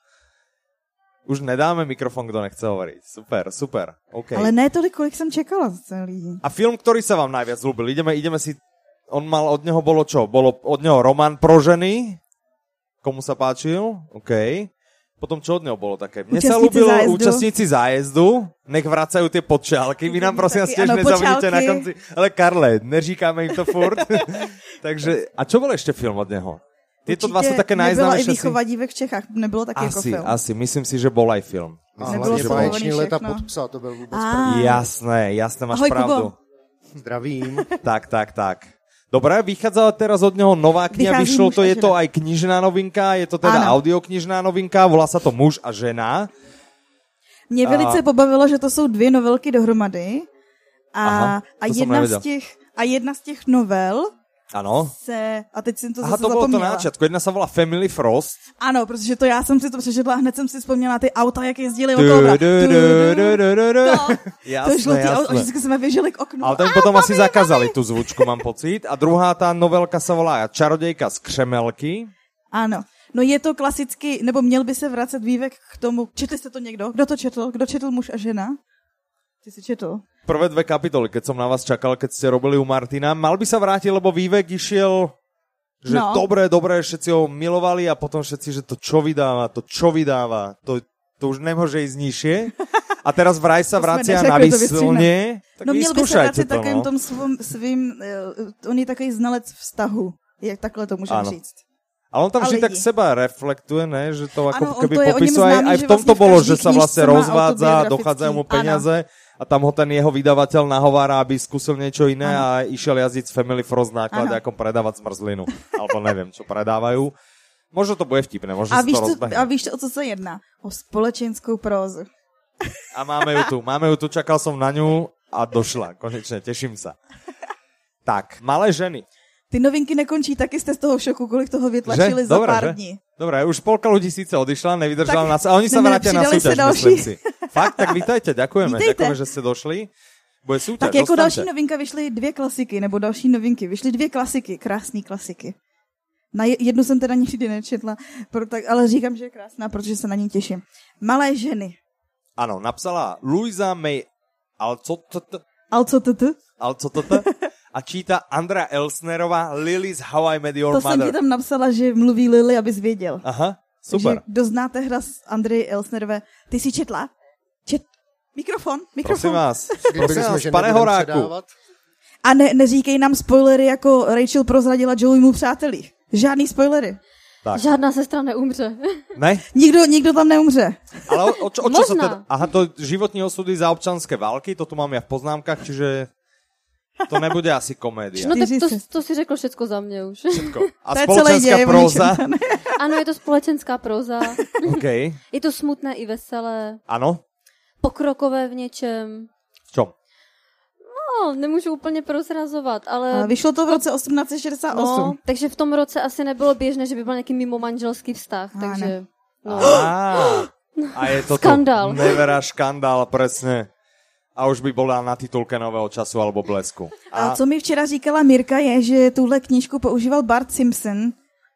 Už nedáme mikrofon, kdo nechce hovoriť. Super, super. Okay.
Ale ne tolik, kolik jsem čekala za celý.
A film, ktorý sa vám najviac ľúbil? Ideme, ideme si... On mal, od neho bolo čo? Bolo od neho román pro ženy? Komu sa páčil? OK. Potom čo od neho bolo také? Mne sa
Účastníci
ľúbilo
zájezdu.
účastníci zájezdu, nech vracajú tie počálky. Vy nám prosím vás
Taky,
tiež
ano,
nezabudnite na
počálky.
konci. Ale Karle, neříkáme im to furt. Takže, a čo bol ešte film od neho? Tieto dva sú
Určitě
také
Nebyla i
najznámejšie. si-
výchova dívek v Čechách, nebylo tak jako
Asi,
film.
asi, myslím si, že bol aj film.
A
Myslím
nebylo
si, že
slovo.
bol.
povolený
Báječný leta
všechno.
pod psa, to byl vůbec první.
A,
Jasné, jasné, máš
Ahoj, Kubo.
pravdu.
Zdravím.
Tak, tak, tak. Dobre, vychádzala teraz od neho nová kniha,
Vychází
vyšlo
muž
to,
a
je to
žena.
aj knižná novinka, je to teda
Áno.
audioknižná novinka, volá sa to Muž a žena.
Mě velice pobavilo, že to jsou dvě novelky dohromady a,
Aha,
a,
to jsem
jedna
nevěděl.
z těch, a jedna z těch novel
Áno.
se, a teď jsem to
Aha,
zase
to bolo to
zapomněla.
na začiatku. Jedna sa volá Family Frost.
Ano, protože to já jsem si to přečetla a hned jsem si vzpomněla ty auta, jak jezdily
Du,
okolo.
du,
Bra-
du,
du, du,
du,
du.
du, du, du.
No, to šlo
Jasné,
ty auta, a
jasné.
vždycky jsme běželi k oknu.
Ale tam potom asi zakázali tú zvučku, mám pocit. A druhá tá novelka sa volá Čarodejka z Křemelky.
Ano. No je to klasicky, nebo měl by se vracet vývek k tomu. Četli jste to někdo? Kdo to četl? Kdo četl muž a žena? Ty jsi četl.
Prvé dve kapitoly, keď som na vás čakal, keď ste robili u Martina. Mal by sa vrátiť, lebo Vývek išiel že no.
No.
dobré, dobré, všetci ho milovali a potom všetci, že to čo vydáva, to čo vydáva, to, to už nemôže ísť nižšie. A teraz vraj sa
To sme
vracia
neřekli,
na
to
výsilne. Tak
no měl by se
vyskúšajte
vracet
to,
takovým
no.
tom svým, svým eh, on je takový znalec vztahu. Jak takhle to můžeme
Ano.
říct.
Ale on tam
ale
vždy tak
je.
seba reflektuje, ne? Že to ako
Áno, on
keby
to je o ňom
popisuje. Aj,
známy,
aj
že
v tomto
vlastne v
bolo,
každej
že sa
knižce
vlastne
má
rozvádza,
autobiografický-
dochádzajú mu
áno.
peniaze a tam ho ten jeho vydavateľ nahovára, aby skúsil niečo iné a išiel jazdiť s Family Frost náklade,
Áno.
ako predávať zmrzlinu. Alebo neviem, čo predávajú. Možno to bude vtipné, možno sa
A víš,
to
co,
rozbehne.
a víš, o co se jedná? O společenskou prózu.
A máme ju tu, máme ju tu, čakal som na ňu a došla. Konečne, teším sa. Tak, malé ženy.
Ty novinky nekončí, taky jste z toho šoku, kolik toho vytlačili
Že?
za
Dobré,
pár
že?
dní.
Dobre, už polka ľudí síce odišla, nevydržala
Tak
nás, a oni sa
ne-
vrátia na
nepřidali se
súťaž,
další.
myslím si. Fakt, tak vítajte, ďakujeme,
Vítejte.
ďakujeme, že ste došli. Bude súťaž,
Tak jako
dostaňte.
další novinka vyšly dvě klasiky, nebo další novinky. Vyšly dvě klasiky, krásné klasiky. Na je- jednu jsem teda nikdy nečetla, pro, tak, ale říkám, že je krásná, protože se na ní těším. Malé ženy.
Áno, napsala Luisa May Alcott,
Ale co to to?
Alcott a číta Andra Elsnerová Lily z How I Met Your
To jsem ti
Mother.
tam napsala, že mluví Lily, abys věděl.
Aha, super.
Takže kdo znáte hra s Andrej Elsnerové, ty jsi četla? Čet... Mikrofon,
Prosím
mikrofon.
vás,
Slíbili
prosím
jsme,
vás,
že
pane
nebudeme
Horáku,
předávat.
A ne, neříkej nám spoilery, jako Rachel prozradila Joey mu přáteli. Žádný spoilery.
Tak.
Žádná sestra neumře.
ne?
Nikdo, nikdo tam neumře.
Ale o, o, čo- o čo sa
Možno.
teda... Aha, to životní osudy za občanské války, to tu mám ja v poznámkach, čiže to nebude asi komédia.
No tak
Čtyři
to,
sestry.
to si řekl všecko za mě už.
Všetko. A
To je celý
spoločenská
děj,
próza.
Ano, je to společenská proza.
OK,
Je to smutné i veselé.
áno.
Pokrokové v něčem.
V čom?
No, nemůžu úplně prozrazovat, ale...
Vyšlo to v roce 1868.
Eh, No, takže v tom roce asi nebylo běžné, že by byl nějaký mimo manželský vztah,
Ano.
takže... No.
Á, a je to tu.
Skandál.
Nevera škandál, presne. A už by bola na titulke Nového času alebo Blesku.
A co mi včera říkala Mirka je, že tuhle knížku používal Bart Simpson,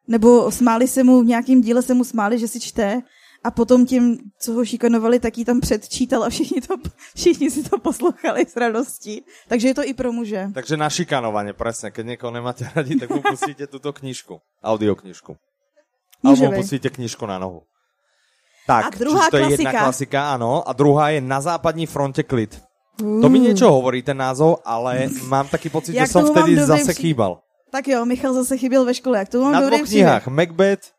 nebo smáli se mu, v nějakém díle se mu smáli, že si čte, a potom tím, co ho šikanovali, tak ji tam předčítal a všichni, to, všichni si to poslouchali s radostí. Takže je to i pro muže.
Takže na šikanovanie, presne. Keď niekoho nemáte radi, tak mu pustíte túto knižku. Audioknižku. Alebo mu
Může být.
pustíte knižku na nohu. Tak,
A druhá
čiže to je jedna
klasika.
klasika, áno. A druhá je Na západní fronte klid. To mi niečo hovorí ten názov, ale mám taký pocit, že
Jak
som
tomu mám
vtedy
dobrý
zase
pří-
chýbal.
Tak jo, Michal zase chyběl ve škole, jak to mám
Na
dobrý
dvoch knihách. Macbeth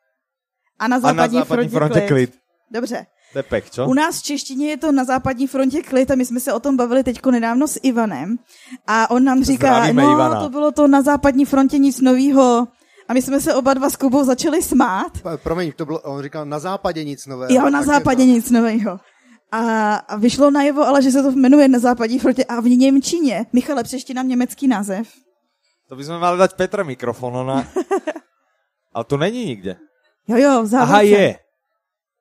A na
a Na
západní,
západní fronte klid. No.
Dobře.
To je pek, čo?
U nás v češtině je to na západní frontě klid a my jsme se o tom bavili teď nedávno s Ivanem a on nám říká,
Zdravíme
no
Ivana."
to bylo to na západní frontě nic novýho a my jsme se oba dva s Kubou začali smát.
Pa- Promiň, to bylo, on říkal, na západě nic nového. no.
Jo, na
tak je
západě
to-
nic nového. A, a vyšlo najevo, ale že se to jmenuje na západní frontě a v Němčině. Michale, přešti nám německý název.
To by sme mali dať Petra mikrofon, ona... Ale tu není nikde.
Jo, jo, v závorce.
Aha, je.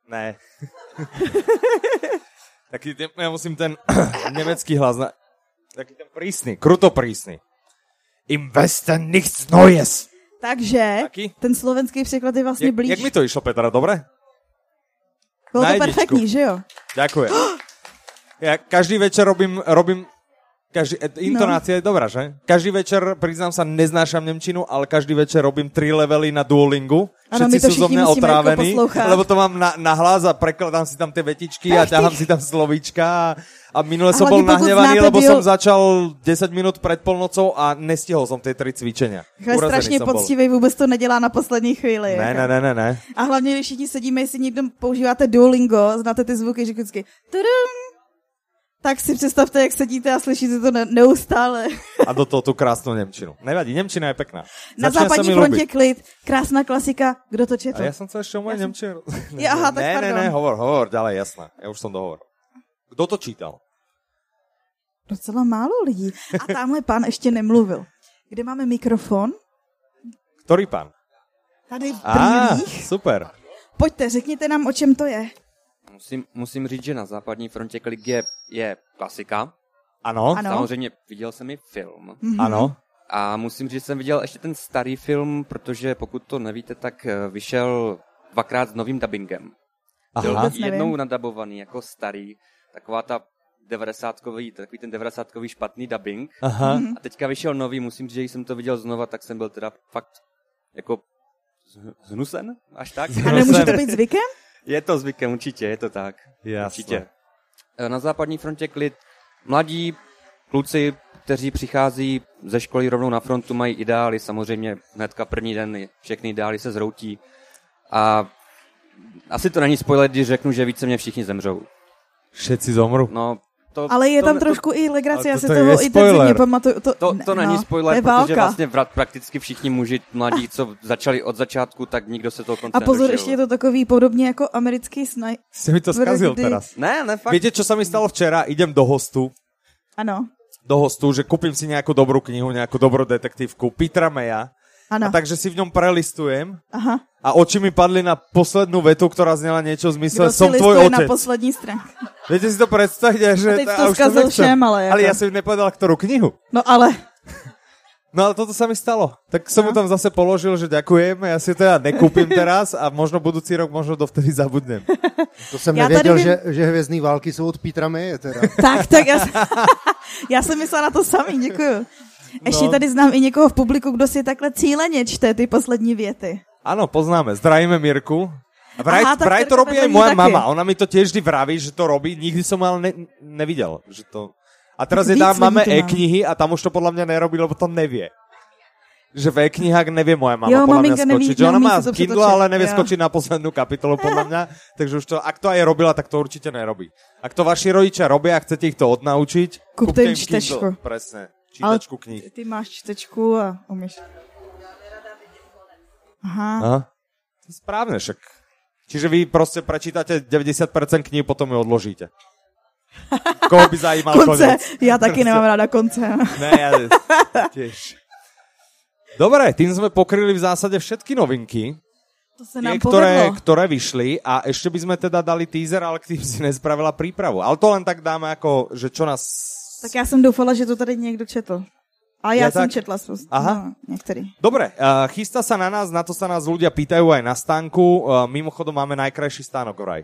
Ne. Taký, ten- ja musím ten nemecký hlas na... Taký ten prísny, kruto prísny. Im Westen nichts Neues.
Takže
Taky?
ten slovenský překlad je vlastně
Jak,
blíž.
jak mi to išlo, Petra, dobre?
bylo
na
to
jedničku.
perfektní, že jo?
Ďakujem. Ja každý večer robím, robím Každý, e, intonácia no. je dobrá, že? Každý večer, priznám sa, neznášam Nemčinu, ale každý večer robím tri levely na Duolingu.
Áno, my
Všetci
to
sú zo
všichni
mňa
musíme
otrávení,
ako poslouchať.
lebo to mám na, na hlas a prekladám si tam tie vetičky a
Ach,
ťahám si tam slovíčka. A, a minule
A
som bol
hlavne pokud
nahnevaný,
znáte
lebo
bio-
som začal 10 minút pred polnocou a nestihol som tie tri cvičenia.
Takhle
Urazený
strašně
som bol.
poctivý, vůbec to nedělá na poslední chvíli.
Ne,
jako.
ne, ne, ne, ne.
A hlavně, když všichni sedíme, jestli někdo používáte Duolingo, znáte ty zvuky, že vždycky tudum, tak si představte, jak sedíte a slyšíte to ne- neustále.
A do toho tú krásnu Nemčinu. Nevadí, Nemčina je pekná. Začína
Na
sa
západní
mi
frontě
ľúbiť.
klid, krásná klasika, kdo to četl?
A ja som sa ešte o mojej Nemčine... Ne,
Ja, aha,
ne,
tak
ne,
pardon.
ne, hovor, hovor, ďalej, jasná. Ja už som dohovoril. Kto to čítal?
Docela málo lidí. A tamhle pán ještě nemluvil. Kde máme mikrofon?
Ktorý pán?
Tady v
Á,
prvních.
super.
Pojďte, řekněte nám, o čem to je.
Musím, musím říct, že na západní frontě klik je, je klasika.
Ano,
Ano.
Samozřejmě viděl jsem i film.
ano.
A musím říct, že jsem viděl ještě ten starý film, protože pokud to nevíte, tak eh, vyšel dvakrát s novým dubbingem.
Mhm.
Byl
Aha.
nevím.
jednou nadabovaný jako starý, taková ta 90 takový ten 90 špatný dubbing.
Aha.
Mhm.
A teďka vyšel nový, musím říct, že když jsem to viděl znova, tak jsem byl teda fakt jako zh- zhnusen, až tak.
A nemůže to být zvykem?
Je to zvykem, určitě, je to tak.
Jasné.
Určitě. E, Na západní frontě klid. Mladí kluci, kteří přichází ze školy rovnou na frontu, mají ideály. Samozřejmě hnedka první den všechny ideály se zroutí. A asi to není spoiler, když řeknu, že více mě všichni zemřou.
Všetci zomru.
No, to,
Ale je
to,
tam
to,
trošku i legrace,
Ale
já
to-
si
to je
toho intenzivně
spoiler.
pamatuju. To,
To,
ne,
to není
no,
spoiler,
to je
protože
válka.
vlastně vrat prakticky všichni muži mladí, co začali od začátku, tak nikdo se toho konce
A pozor,
nedožil.
ještě je to takový podobně jako americký snaj.
Ste mi to skazil
Vrdy.
teraz.
Ne, ne, fakt.
Viete, čo sa mi stalo včera? Idem do hostu,
Ano,
do hostu, že kúpim si nejakú dobrú knihu, nejakú dobrú detektívku, Petra Meja,
ano.
a takže si v ňom prelistujem
Aha.
a oči mi padli na poslednú vetu, ktorá znela niečo v
Kdo
zmysle
si
som
listuje
tvoj
na
otec.
poslední straně?
Viete si to predstaviť? A Že
A teď
a
to
už
skazil
nechcem.
všem, ale
Ale
jako.
ja som im nepovedal, ktorú knihu.
No ale,
No ale toto sa mi stalo. Tak som
No.
mu tam zase položil, že ďakujem, ja si teda nekúpim teraz a možno budúci rok, možno dovtedy zabudnem.
To jsem
Já tady
nevěděl,
vím-
že, že hvězdný války jsou od Petra Meje, teda.
tak, tak, já, já jsem myslela na to samý, děkuju. Ještě
No.
tady znám i někoho v publiku, kdo si takhle cíleně čte ty poslední věty.
Áno, poznáme. Zdravíme Mirku. A Vraj,
Aha,
Aha,
tak
vraj to
Terka
robí aj
Petlení
moja
taky.
mama. Ona mi to tiež vždy vraví, že to robí. Nikdy som ale ne, nevidel. Že to... A teraz
Tak
je
víc
tam
lidí
máme
to má.
e-knihy a tam už to podľa mňa nerobí, lebo to nevie. Že v e-knihách nevie moja mama
Jo,
podľa mňa
maminka neví,
skočiť. Že ona
neumí
má
si to
Kindle,
přetočit.
ale nevie
Jo.
skočiť na poslednú kapitolu podľa mňa. Takže už to, ak to aj robila, tak to určitě nerobí. Ak to vaši rodičia robia a chcete ich to odnaučiť,
Kupte
kúpte im
im
Kindle.
čtečku.
Presne. Čítačku kníh.
Ty máš čtečku a umíš. Aha.
Aha. To je správne, však. Čiže vy proste prečítate 90% kníh, potom ju odložíte. Koho by zajímal
Konce,
konec?
já taky nemám ráda konce.
Ne, ja tiež. Dobre, tým sme pokryli v zásade všetky novinky,
To se
tie,
nám
ktoré,
povedlo.
ktoré vyšli a ešte by sme teda dali teaser, ale k tým si nespravila prípravu. Ale to len tak dáme ako, že čo nás...
Tak já jsem doufala, že to tady někdo četl. A já,
Já
já jsem
tak-
četla spoustu.
Aha.
No, některý.
Dobre, uh, chystá sa na nás, na to sa nás ľudia pýtajú aj na stánku. Uh, mimochodom máme najkrajší stánok vraj.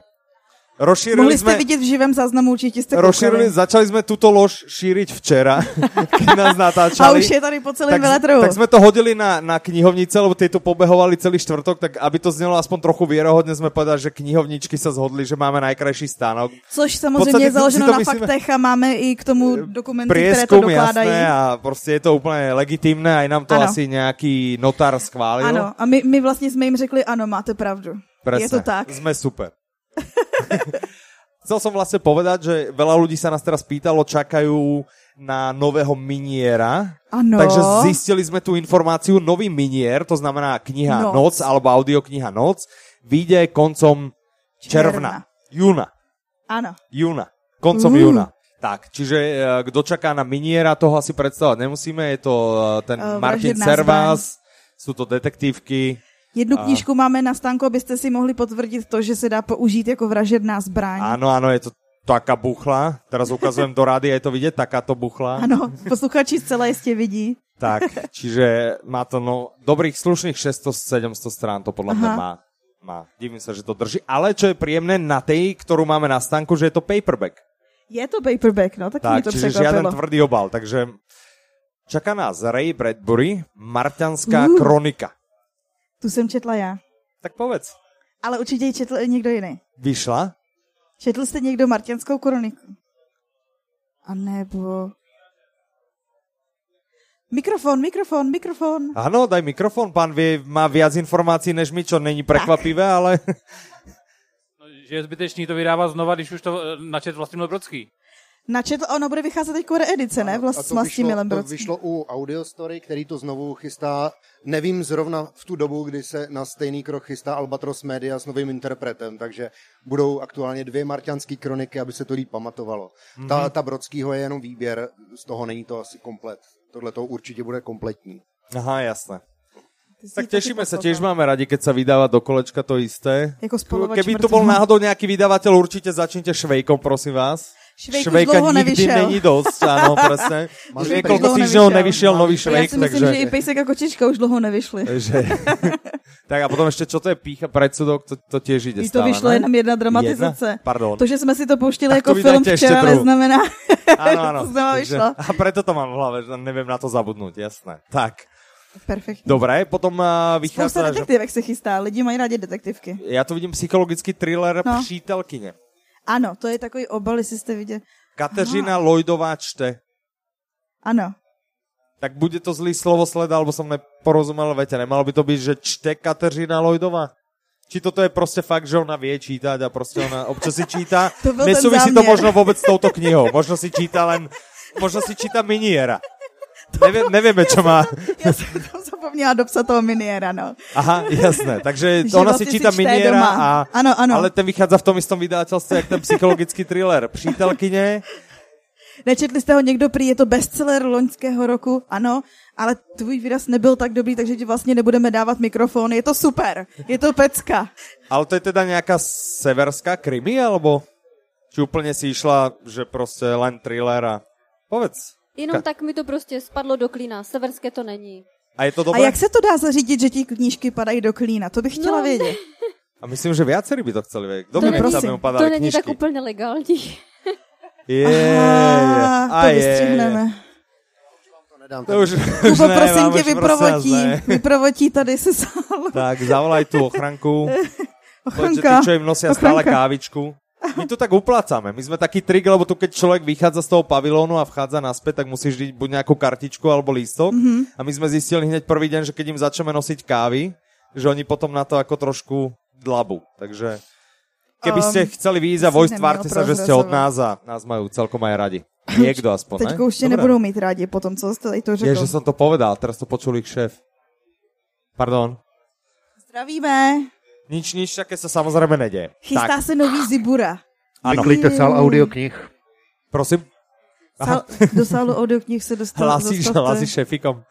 Rozšírili
Mohli
sme...
jste vidět v živém záznamu, určitě jste
Rozšírili,
koukali.
začali jsme tuto lož šířit včera, když nás
A
natáčali.
už je tady po celém
tak,
veletrhu.
tak jsme to hodili na, na knihovnice, lebo ty tu pobehovali celý čtvrtok, tak aby to znělo aspoň trochu věrohodně, jsme povedali, že knihovničky se zhodli, že máme najkrajší stánok.
Což
v podstatě
samozřejmě je
si to
založeno na
myslíme-
faktech a máme i k tomu dokumenty, které to
Prieskum,
dokládají.
jasné, a prostě je to úplně legitimné a i nám to ano.
Ano.
asi nějaký notár schválil.
Ano, a my, my vlastně jsme jim řekli, ano, máte pravdu.
Presne.
Je to tak.
Sme super. Chcel som vlastne povedať, že veľa ľudí sa nás teraz pýtalo, čakajú na nového miniera.
Ano.
Takže zistili sme tú informáciu. Nový minier, to znamená kniha Noc,
Noc.
alebo audiokniha Noc, vyjde koncom června. Júna.
Ano.
Júna. Koncom mm. júna. Tak, čiže eh, kdo čaká na miniera, toho asi predstavovať nemusíme. Je to eh, ten
Eh,
Martin
Vražedná
Servás, sú to detektívky.
Jednu knížku máme na stánku, abyste si mohli potvrdit to, že se dá použít jako vražedná zbraň.
Áno, áno, je to taká buchla. Teraz ukazujem do rády, je to vidieť, takáto buchla.
Ano, posluchači zcela jistě vidí.
Tak, čiže má to no, dobrých slušných 600-700 strán, to podľa mňa
Aha.
má. má. Divím sa, že to drží. Ale čo je príjemné na tej, ktorú máme na stanku, že je to paperback.
Je to paperback, no, tak, tak mě
Tak,
to
čiže
překvapilo.
žiaden tvrdý obal. Takže čaká nás Ray Bradbury, Marťanská
Uh.
kronika.
Tu jsem četla já.
Tak povedz.
Ale určitě ji četl i někdo jiný.
Vyšla?
Četl jste někdo Martianskou kroniku? A nebo... Mikrofon, mikrofon, mikrofon.
Ano, daj mikrofon, pán vie, má viac informácií než my, čo není prekvapivé, ale
Že je zbytečný to vydávat znova, když už to eh, načet Vlastimil Brodský.
Načetl, ono bude vycházet teď reedice, ne? Vlast,
A
s Vlastimilem
to
Brodským.
vyšlo u Audiostory, který to znovu chystá, nevím zrovna v tu dobu, kdy se na stejný krok chystá Albatros Media s novým interpretem, takže budou aktuálně dvě marťanské kroniky, aby se to líp pamatovalo. Mm-hmm. Ta,
Mhm.
ta Brodskýho je jenom výběr, z toho není to asi komplet. Tohle to určitě bude kompletní.
Aha, jasné.
Tak
tešíme sa, tiež máme radi, keď sa vydáva do kolečka to isté.
Jako spolovač
Keby tu
mrtvol.
bol náhodou nejaký vydavateľ, určite začnite Švejkom, prosím vás.
Švejk už
Švejka
dlouho
nikdy
nevyšel.
není dosť, áno, presne.
Malý
Už
Švejk
niekoľko
dlouho
týždňov
nevyšel.
nevyšel nový
Já
Švejk,
si myslím,
takže...
že i Pejsek a Kočička už dlouho nevyšli.
že... tak a potom ešte, čo to je pícha predsudok, to, to tiež ide
I to
stále,
vyšlo
ne?
jenom jedna dramatizace.
Jedna? Pardon.
To, že jsme si to pouštili
Tak to
jako
mi
film
dajte ještě
včera,
druhou.
neznamená,
Áno, áno.
že to znova
takže-
vyšlo.
A preto to mám v hlave, že neviem na to zabudnúť, jasné. Tak,
Perfektní.
dobre, potom uh, vychádza...
Spousta
Že...
detektivek se chystá, lidi mají rádi detektivky.
Ja tu vidím psychologický thriller no.
No.
Přítelkyně.
Ano, to je takový obal, jestli jste viděli.
Kateřina Lloydová čte.
Ano,
Tak bude to zlý slovosled, alebo som neporozumel vete. Nemalo by to byť, že čte Kateřina Lloydová? Či toto je proste fakt, že ona vie čítať a proste ona občas si číta.
To byl ten
Nesúvisí to
záměr.
možno vôbec s touto knihou. Možno si číta len... Možno si číta miniera. Nevie, nevieme, čo má.
tam zapomněla dopsat toho miniéra, no.
Aha, jasné. Takže
Že
ona
vlastně
si číta
si čte
miniera
doma.
a...
Ano, ano.
Ale ten vychádza v tom istom vydavateľstve, jak ten psychologický thriller. Přítelkyně.
Nečetli jste ho někdo prý, je to bestseller loňského roku, ano, ale tvůj výraz nebyl tak dobrý, takže ti vlastně nebudeme dávat mikrofon. Je to super, je to pecka.
Ale to je teda nejaká severská krimi, alebo či úplne si išla, že proste len thriller a povedz.
Jenom
Ka-
tak mi to prostě spadlo do klína. Severské to není.
A je to
Dobre.
dobré?
A jak se to dá zařídit, že ti knížky padají do klína? To bych chtěla no, vědět.
a myslím, že viacerí by to chceli vedieť. Kto
to
by
není,
tam
to
upadali
není
knižky?
tak úplně legální.
Je, a
Aha, Ah, to
je, je.
vystřihneme.
Nedám
To už, už
Kubo,
ne,
prosím
vám
tě,
už prosím
vyprovotí.
vás, ne.
Vyprovotí tady se sálu.
Tak, zavolaj tú ochranku. Protože
Ochranka.
ty, čo im nosia stále
ochranka.
kávičku. My to tak uplácame. My sme taký trik, lebo tu keď človek vychádza z toho pavilónu a vchádza naspäť, tak musí vždy buď nejakú kartičku alebo lístok. Mm-hmm.
Mhm.
A my sme zistili hneď prvý deň, že keď im začneme nosiť kávy, že oni potom na to ako trošku dlabu. Takže keby
Um,
ste chceli výjsť a
si
vojsť,
neměl
tvárte sa, že ste od
prozrazovat.
nás a nás majú celkom aj radi. Niekto aspoň, ne?
Teď už tě
Dobré.
nebudou mít rádi po tom, co jste tady to
Je,
řekl.
že som to povedal, teraz to počul ich šéf. Pardon.
Zdravíme.
Nič, nič, také sa samozrejme nedeje.
Chystá
Tak,
se nový Zibura.
áno.
Vyklidte sál audioknih.
Prosím,
Sál, do sálu audioknih se dostal.
Hlasíš,
zastavte.
hlasíš šefikom.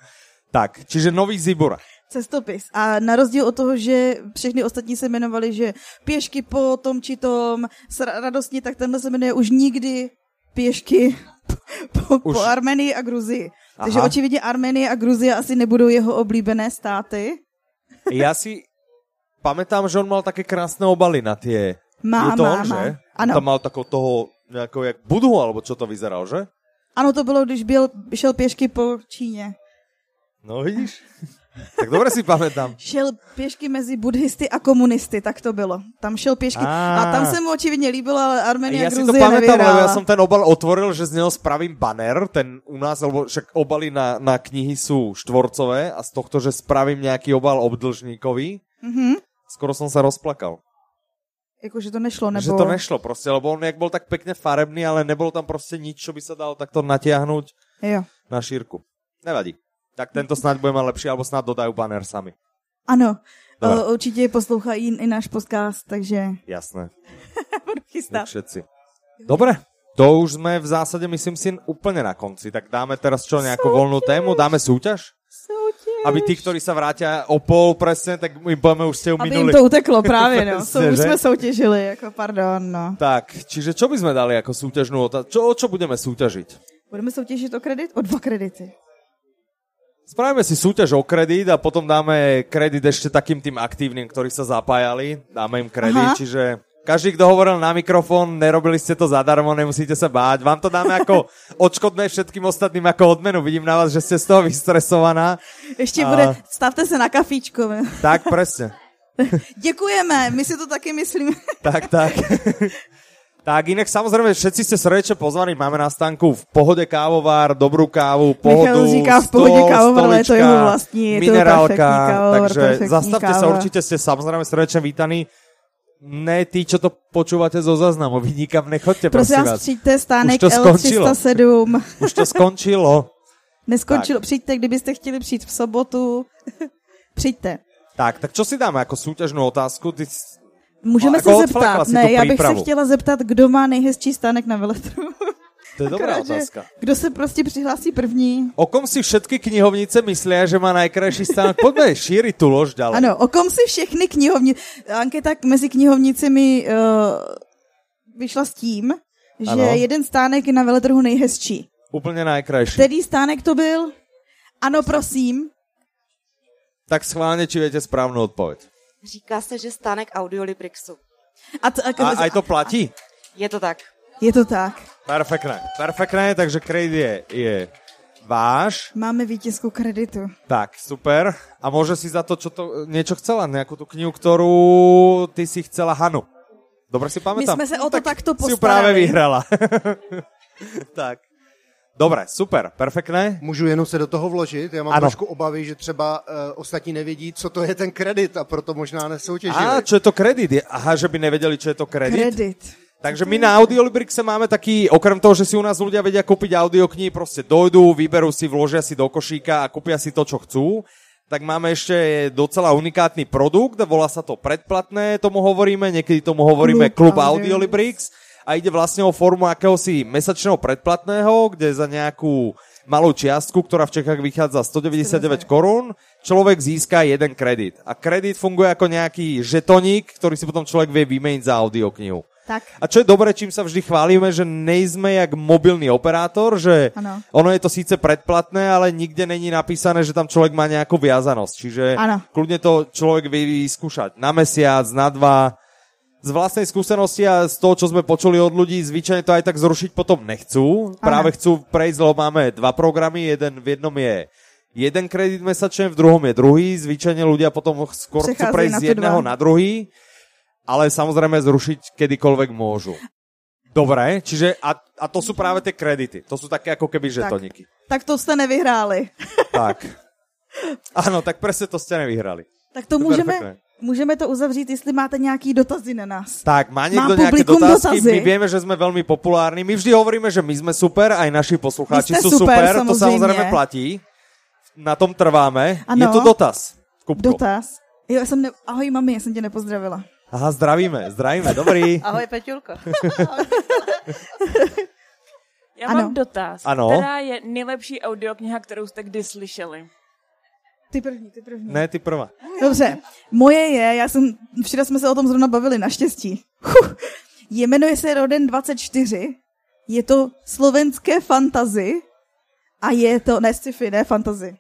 Tak, čiže nový Zibura.
Cestopis. A na rozdíl od toho, že všechny ostatní se jmenovali, že pěšky po tom či tom, s ra- radostně, tak tenhle se jmenuje už nikdy pěšky po,
Už-
po Armenii a Gruzii.
Aha.
Takže očividně Armenie a Gruzie asi nebudou jeho oblíbené státy.
Ja si pamätám, že on mal také krásne obaly na tie...
Má,
Je to
má,
on,
má.
že?
Ano.
Tam mal takého toho, nejako jak budu, alebo čo to vyzeral, že?
Ano, to bylo, když byl, šel pěšky po Číně.
No vidíš? tak dobre si pamätám.
Šel pěšky mezi buddhisty a komunisty, tak to bylo. Tam šel pěšky.
Ah.
A tam se mu očividně líbilo, ale Armenie
Ja
a
si to
Gruzie
pamätám, lebo ja
nevyhrála.
som ten obal otvoril, že z neho spravím banner, ten u nás, lebo však obaly na, na knihy sú štvorcové a z tohto, že spravím nejaký obal obdlžníkový,
Mhm.
skoro som sa rozplakal.
Jakože to nešlo, nebo...
Nebo... Že to nešlo prostě, lebo on jak byl tak pěkně farebný, ale nebylo tam prostě nic, čo by se dalo takto natiahnuť
Jo.
na šírku. Nevadí. Tak tento snad bude mít lepší, alebo snad dodají banner sami.
Ano,
Dobrá.
o, určitě poslouchají i náš podcast, takže
Jasné,
budu
tak
chystat.
všetci. Dobre, to už jsme v zásade, myslím si, úplně na konci. Tak dáme teraz čo, nějakou volnou tému? Dáme súťaž?
Soutěž.
Aby tí, ktorí sa vrátia o pol presne, tak my budeme už ste ju
Aby jim
minuli.
to uteklo právě, no.
Přesně,
Jsou, už
že?
jsme soutěžili, jako pardon, no.
Tak, čiže čo by sme dali jako súťažnú otázku? Čo, o čo budeme súťažiť?
Budeme soutěžit o kredit? O dva kredity.
Spravíme si súťaž o kredit a potom dáme kredit ešte takým tým aktívnym, ktorí sa zapájali. Dáme im kredit,
Aha.
Aha. čiže Každý, kto hovoril na mikrofón, nerobili ste to zadarmo, nemusíte sa báť. Vám to dáme ako odškodné všetkým ostatným ako odmenu. Vidím na vás, že ste z toho vystresovaná.
Ještě
A-
bude, stavte se na kafíčko.
Tak, presne.
Děkujeme, my si to taky myslíme.
Tak, tak. Tak inak samozrejme všetci ste srdečne pozvaní, máme na stánku v pohode kávovár, dobrú kávu, pohodu,
Michal říká v pohodě
stôl,
kávovár, ale je to
stolička,
jeho vlastní, je to
minerálka,
perfektní kávovár,
takže
perfektní
zastavte sa,
káva.
určite ste samozrejme srdečne vítaní. Ne tí, čo to počúvate zo záznamu, vy nikam nechodte,
Prosím
prosím,
vás,
vás.
přijďte, stánek
Už to skončilo.
L307.
Už to skončilo.
Neskončilo,
Tak.
přijďte, kdybyste chtěli přijít v sobotu. přijďte.
Tak, tak čo si dáme ako súťažnú otázku? Ty... s-
Můžeme
Jako
se
odflakla
zeptat.
si
Ne,
tu
já bych se
přípravu.
chtěla zeptat, kdo má nejhezčí stánek na veletru.
To je dobrá
Akorát, že
otázka.
Kdo se prostě přihlásí první?
O kom si všetky knihovnice myslia, že má najkrajší stánok? Poďme šíriť tú lož ďalej.
Ano, o kom si všechny knihovnice... Anketa k- mezi knihovnicemi uh, vyšla s tím, že
Ano.
ano. jeden stánek je na veletrhu nejhezčí.
Úplne najkrajší.
Který stánek to byl? Ano, prosím.
Tak schválne, či viete správnu odpoveď.
Říká se, že stánek Audiolibrixu.
A, t- a,
A aj to platí?
Je to tak.
Je to tak.
Perfektné. Perfektné, takže kredit je, je váš.
Máme vítězku kreditu.
Tak, super. A môže si za to, čo to, niečo chcela, nejakú tú knihu, ktorú ty si chcela Hanu. Dobre si
My
pamätám?
jsme se o to takto
si ju
postarali.
práve vyhrala. tak. Dobre, super, perfektné.
Můžu jenom se do toho vložit? Já mám
Ano.
ano. trošku obavy, že třeba uh, ostatní nevědí, co to je ten kredit a proto možná nesoutěžili.
Á, čo je to kredit? Je- Aha, že by nevedeli, čo je to kredit.
Kredit.
Takže my na Audiolibrixe máme taký, okrem toho, že si u nás ľudia vedia kúpiť audioknihy, proste dojdú, vyberú si, vložia si do košíka a kúpia si to, čo chcú, tak máme ešte docela unikátny produkt, volá sa to predplatné, tomu hovoríme, niekedy tomu hovoríme
Klub
Klub Audiolibrix a ide vlastne o formu akéhosi mesačného predplatného, kde za nejakú malú čiastku, ktorá v Čechách vychádza 199 korún, človek získa jeden kredit. A kredit funguje ako nejaký žetoník, ktorý si potom človek vie vymeniť za audioknihu.
Tak.
A čo je dobré, čím sa vždy chválime, že nejsme jak mobilný operátor, že
Ano.
ono je to síce predplatné, ale nikde není napísané, že tam človek má nejakú viazanosť. Čiže
Ano.
kľudne to človek vie vyskúšať na mesiac, na dva. Z vlastnej skúsenosti a z toho, čo sme počuli od ľudí, zvyčajne to aj tak zrušiť potom nechcú. Ano. Práve chcú prejsť, lebo máme dva programy, jeden v jednom je jeden kredit mesačne, v druhom je druhý. Zvyčajne ľudia potom skôr chcú
Přechádzajú
prejsť
na
z
tie
jedného
dva.
na druhý ale samozrejme zrušiť kedykoľvek môžu. Dobre, čiže a, a to sú práve tie kredity. To sú také ako keby žetoniky.
Tak to jste nevyhráli.
Tak. Áno, tak presne to ste nevyhrali.
Tak
To
to
je
můžeme,
perfektné.
můžeme to uzavřít, jestli máte nějaký dotazy na nás.
Tak, má niekto
Má
nejaké
publikum
dotázky?
dotazy?
My vieme, že sme veľmi populárni. My vždy hovoríme, že my sme super, aj naši poslucháči
Vy ste
sú
super,
super. To
samozrejme.
samozrejme platí. Na tom trváme.
Ano.
Je tu dotaz. Kupko.
Dotaz? Jo, já jsem ne... Ahoj, mami, já jsem tě nepozdravila.
Aha, zdravíme, zdravíme, dobrý.
Ahoj, Peťulko.
Já
Ano.
mám dotaz.
Ano.
Která je nejlepší audiokniha, kterou jste kdy slyšeli?
Ty první, ty první.
Ne, ty prvá.
Dobře, moje je, já jsem, včera jsme se o tom zrovna bavili, naštěstí. Huh. Je, jmenuje se Roden 24, je to slovenské fantazy a je to, ne sci-fi, ne fantazy.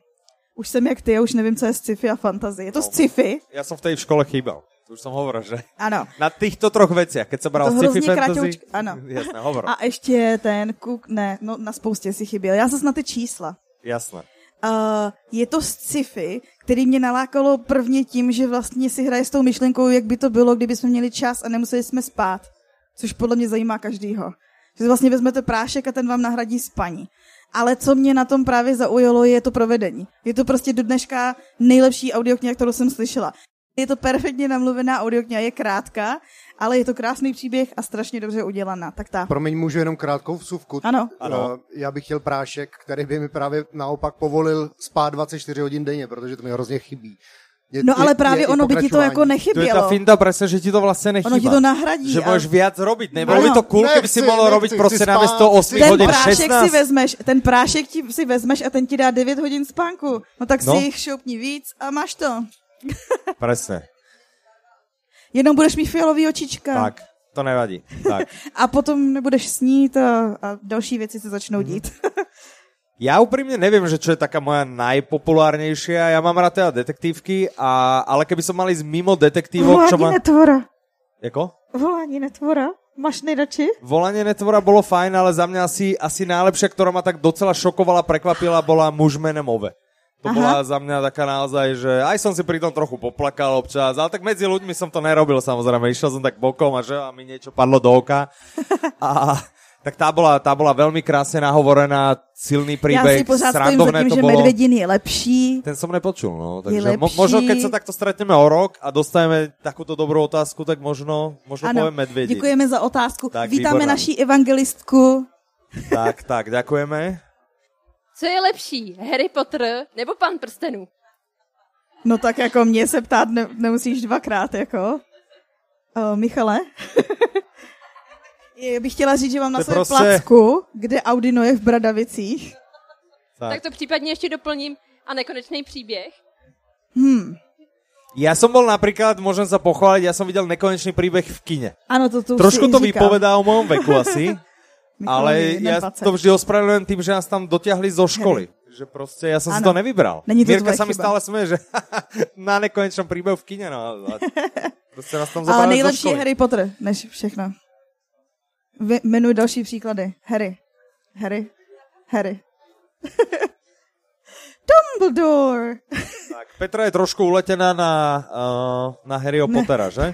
Už jsem jak ty, já už nevím, co je sci-fi a fantazy. Je to sci-fi,
Ja som v tej škole chýbal. Už som hovoril, že...
ano.
Na týchto troch veciach, keď som bral
To
sci-fi
hrozně
fantasy...
kraťoučk- ano.
Jasné, hovor.
A ještě ten kuk, ne, no na spoustě si chyběl. Já se na ty čísla.
Jasné.
Uh, je to sci-fi, který mě nalákalo prvně tím, že vlastně si hraje s tou myšlenkou, jak by to bylo, kdyby jsme měli čas a nemuseli jsme spát. Což podle mě zajímá každýho. Že si vlastně vezmete prášek a ten vám nahradí spaní. Ale co mě na tom právě zaujalo, je to provedení. Je to prostě do dneška nejlepší audiokniha, kterou jsem slyšela. Je to perfektně namluvená audiokniha, je krátká, ale je to krásný příběh a strašně dobře udělaná. Tak ta.
Promiň, můžu jenom krátkou vsuvku?
Ano.
Ano.
Eh, Já bych chtěl prášek, který by mi právě naopak povolil spát 24 hodin denně, protože to mi hrozně chybí. Je-
No
je-
ale
je
právě
i
ono by ti to
pokračování.
jako
To je tá
nechybělo.
finta presne, že ti to vlastne nechýba.
Ono ti to nahradí.
Že
a-
môžeš viac robiť. Nebolo
Áno.
by to cool, keby si
Nechci,
mohol
nechci,
robiť
chci
proste
spát,
namiesto
chci
8
spát.
ten
hodín
prášek si
16.
vezmeš, ten prášek ti si vezmeš a ten ti dá 9 hodin spánku. No tak
No.
no. si jich šoupni víc a máš to.
Presne,
Jenom budeš mít fialový očička
tak. To nevadí. Tak.
a potom nebudeš snít a, a další věci se začnou
Mhm.
dít.
Ja úprimne neviem, že čo je taká moja najpopulárnejšia. Ja mám rád
No,
teda detektívky, a, ale keby som mal ísť mimo detektívok, čo má...
netvora.
Jako?
Volání netvora? Máš nejradši?
Volanie netvora bolo fajn, ale za mňa asi, asi najlepšia, ktorá ma tak docela šokovala, prekvapila, bola muž menem Ove. To
Aha.
Aha. bola za mňa taká naozaj, že aj som si pri tom trochu poplakal občas, ale tak medzi ľuďmi som to nerobil samozrejme, išiel som tak bokom a že a mi niečo padlo do oka. A tak tá bola, tá bola veľmi krásne nahovorená, silný
Já si
príbeh,
pořád stojím za
srandovné
tím,
to
že
bolo.
medvědin je lepší.
Ten som nepočul, no.
Je
Takže mo-
lepší.
možno keď sa takto stretneme o rok a dostaneme takúto dobrú otázku, tak možno, možno
Ano,
poviem medvedí.
děkujeme za otázku.
Tak,
Vítáme
výborná.
naší evangelistku.
Tak, tak, ďakujeme.
Co je lepší, Harry Potter nebo Pan prstenů?
No tak jako mě se ptát ne- nemusíš dvakrát, jako. O, Michale? Já bych chtěla říct, že mám na
To je
svém
prostě-
placku, kde Audino je v Bradavicích.
Tak. tak to případně ještě doplním a nekonečný příběh.
Hmm.
Ja som bol napríklad, môžem sa pochváliť, ja som videl nekonečný príbeh v kine.
Ano, to tu
Trošku
si
to
říkám.
vypovedá o mojom veku asi, ale
Michalovi je
ja
21.
to vždy ospravedlňujem tým, že nás tam dotiahli zo školy. Že proste ja som si
Áno.
to nevybral.
Není to
Mirka
tvoje
sa mi
chyba.
stále smeje, že na nekonečnom príbehu v kine. No, a proste nás tam
Ale
zobrali zo
nejlepší je
školy.
Harry Potter, než všechno. Vy, jmenuji další příklady. Harry. Harry. Harry. Dumbledore.
Tak, Petra je trošku uletená na, uh, na Harryho
Ne.
Pottera, že?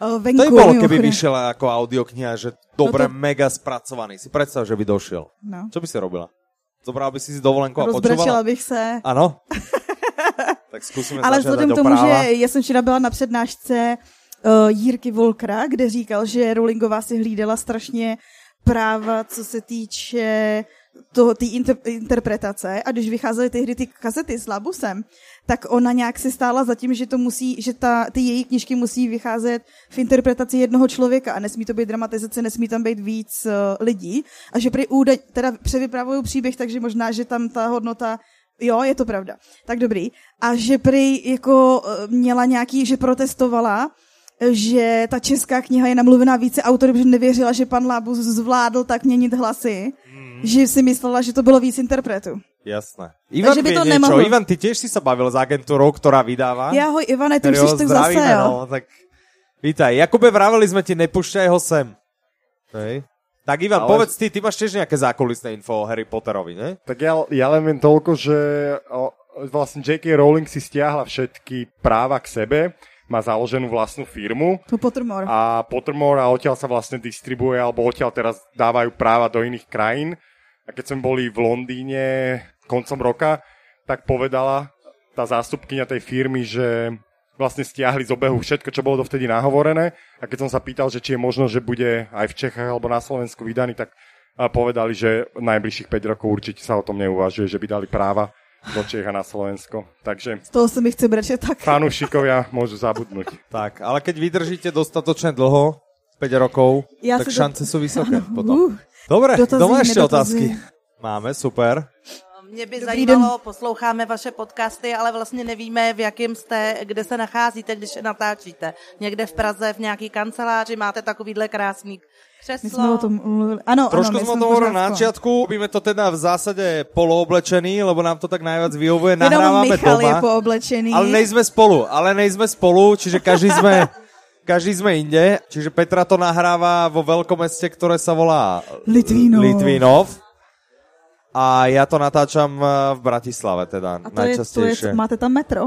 O,
To
venku,
by bolo, keby
mimochodem.
vyšla ako audiokniha, že dobre,
No to-
mega spracovaný. Si predstav, že by došiel.
No.
Čo by si robila? Zobrala by si si dovolenku a
Rozbrečela
počúvala?
bych se.
Ano. tak skúsime
Ale
začať
vzhledem k
do
tomu,
práva.
že já jsem včera byla na přednášce uh, Jírky Volkra, kde říkal, že Rowlingová si hlídala strašně práva, co se týče toho, tý inter, interpretace a když vycházely tehdy ty kasety s Labusem, tak ona nějak si stála za tím, že to musí, že ta, ty její knižky musí vycházet v interpretaci jednoho člověka a nesmí to být dramatizace, nesmí tam být víc uh, lidí a že prý údaj, teda převypravují příběh, takže možná, že tam ta hodnota Jo, je to pravda. Tak dobrý. A že prý jako eh, měla nějaký, že protestovala, eh, že ta česká kniha je namluvená více autory, protože nevěřila, že pan Lábus zvládl tak měnit hlasy,
Hmm.
mm. že si myslela, že to bylo víc interpretů.
Jasné. Ivan
Takže by
vie
to
niečo.
nemohlo.
Ivan, ty tiež si sa bavil s agentúrou, ktorá vydáva.
Já ahoj Ivane, ty už
Ktorého
jsi tak
zdravíme,
zase, jo.
No, tak vítaj. Jakube, vraveli sme ti, nepúšťaj ho sem. Hej. Tak Ivan,
Ale-
Ale... povedz ty, ty máš tiež nejaké zákulisné info o Harry Potterovi, ne?
Tak ja, ja len viem toľko, že o, vlastne J.K. Rowling si stiahla všetky práva k sebe, má založenú vlastnú firmu
To Pottermore.
a
A...
Pottermore a odtiaľ sa vlastne distribuje, alebo odtiaľ teraz dávajú práva do iných krajín. A keď sme boli v Londýne koncom roka, tak povedala tá zástupkynia tej firmy, že vlastne stiahli z obehu všetko, čo bolo dovtedy nahovorené. A keď som sa pýtal, že či je možno, že bude aj v Čechách alebo na Slovensku vydaný, tak a povedali, že najbližších 5 rokov určite sa o tom neuvažuje, že by dali práva do Čech a na Slovensko. Takže
Z toho se mi chce brečet tak.
fanúšikovia môžu zabudnúť.
Tak, ale keď vydržíte dostatočne dlho, 5 rokov, ja
Ja
tak
si to-
šance sú vysoké
Ano,
potom.
uh.
Dobre,
Dotazy,
kto má ešte
nedotazy.
otázky? Máme, super.
Mě by
Dobrý
zajímalo, No, posloucháme vaše podcasty, ale vlastně nevíme, v jakém jste, kde se nacházíte, když natáčíte. Někde v Praze, v nějaký kanceláři, máte takovýhle krásný
My jsme o
křeslo.
tom mluvili. Ano,
Trošku
ano, my
sme
jsme
to hovorili
pořád
na
spolu.
začiatku, robíme to teda v zásade polooblečený, lebo nám to tak najviac vyhovuje,
Jenom
nahrávame
Michal
doma.
je pooblečený.
Ale nejsme spolu, ale nejsme spolu, čiže každý sme, každý sme inde. Čiže Petra to nahráva vo veľkom meste, ktoré sa volá
Litvínov.
Litvínov. A ja to natáčam eh, v Bratislave teda
A to je, to je,
najčastejšie.
máte tam metro?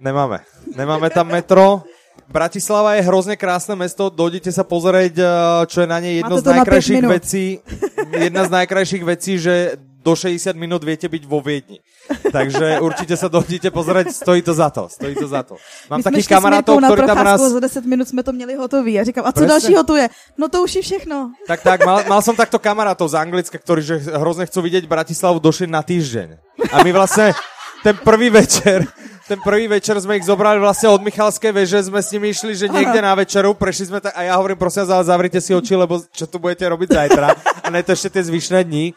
Nemáme. Nemáme tam metro. Bratislava je hrozne krásne mesto, dojdete sa pozrieť, eh, čo je na nej jedno
Máte
z
to na päť
najkrajších
minút.
vecí. Jedna z najkrajších vecí, že do 60 minút viete byť vo Viedni. Takže určite sa dojdete pozrieť, stojí to za to, stojí to za to. Mám
My jsme
takých
šli s
kamarátov,
Mirkou na
ktorí tam raz...
procházku a za 10 minut jsme to měli hotový. A říkám, a co
Presne.
dalšího tu je? No to už je všechno.
Tak, tak, mal, mal som takto kamarátov z Anglicka, ktorí že hrozne chcú vidieť Bratislavu, došli na týždeň. A my vlastne ten prvý večer, ten prvý večer sme ich zobrali vlastne od Michalskej veže, sme s nimi išli, že niekde na večeru, prešli sme tak a ja hovorím, prosím vás, ale zavrite si oči, lebo čo tu budete robiť zajtra. A ne to ešte tie zvyšné dni.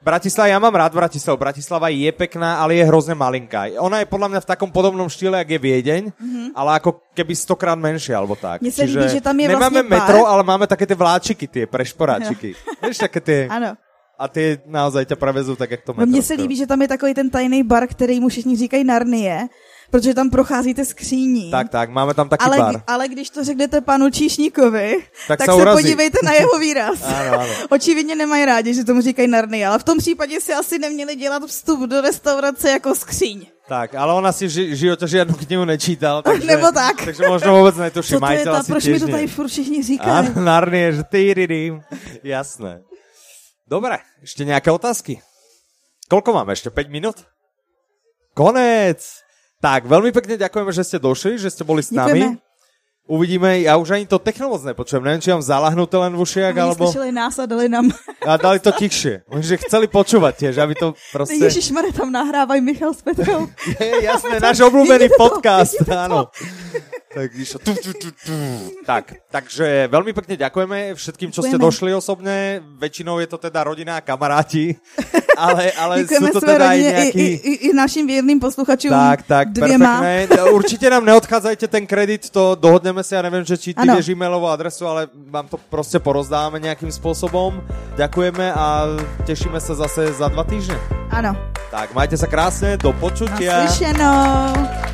Bratislava, ja mám rád Bratislavu. Bratislava je pekná, ale je hrozne malinká. Ona je podľa mňa v takom podobnom štýle, jak je Viedeň, mm-hmm. ale ako keby stokrát menšia, alebo tak.
Mhm. Mne sa líbí, že tam je
nemáme
vlastne
metro,
park.
ale máme také tie vláčiky, tie prešporáčiky. Vieš, také tie...
Ano.
A ty naozaj ťa prevezú tak, jak to
No
metro.
mně se líbí, že tam je takový ten tajný bar, který mu všichni říkají Narnie, protože tam procházíte skříní.
Tak, tak, máme tam taky
ale,
pár.
ale když to řeknete panu Číšníkovi,
Tak
tak,
se
se,
urazí.
podívejte na jeho výraz.
Ano, ano.
Očividně nemají rádi, že tomu říkají narny, ale v tom případě si asi neměli dělat vstup do restaurace jako skříň.
Tak, ale ona si v ži- životě žiadnu knihu nečítal. Takže,
nebo tak.
Takže možno vůbec netuší.
Co to je
Majitel
ta,
asi
proč
tiež
mi to
nie.
tady furt všichni říkají?
Áno, narnie, že ty ridim. Jasné. Dobre, ešte nejaké otázky? Koľko máme? Ešte 5 minút? Konec! Tak, veľmi pekne ďakujeme, že ste došli, že ste boli s nami. Uvidíme, ja už ani to techno moc nepočujem, neviem, či mám zalahnuté len v ušiach,
Oni
alebo...
slyšeli nás a dali nám.
A dali to tichšie. Oni, že chceli počúvať tiež, aby
No,
to proste...
Ježišmane, tam nahrávají Michal s Petrou.
je jasné, náš obľúbený podcast, áno. Tak, išlo tu, tu, tu, tu. tak, takže veľmi pekne ďakujeme všetkým, čo ste
Ďakujeme.
došli osobne. Väčšinou je to teda rodina a kamaráti, ale, ale sú
Děkujeme
to
své
teda aj
rodině i,
nejakí...
i, i, i našim věrným posluchačům
Tak, tak,
dvěma.
perfektné. No, Určite nám neodchádzajte ten kredit, to dohodneme si, ja neviem, že či ty
Áno.
vieš e-mailovú adresu, ale vám to proste porozdáme nejakým spôsobom. Ďakujeme a tešíme sa zase za dva týždne.
Ano,
Tak, majte sa krásne, do počutia.
naslyšenou.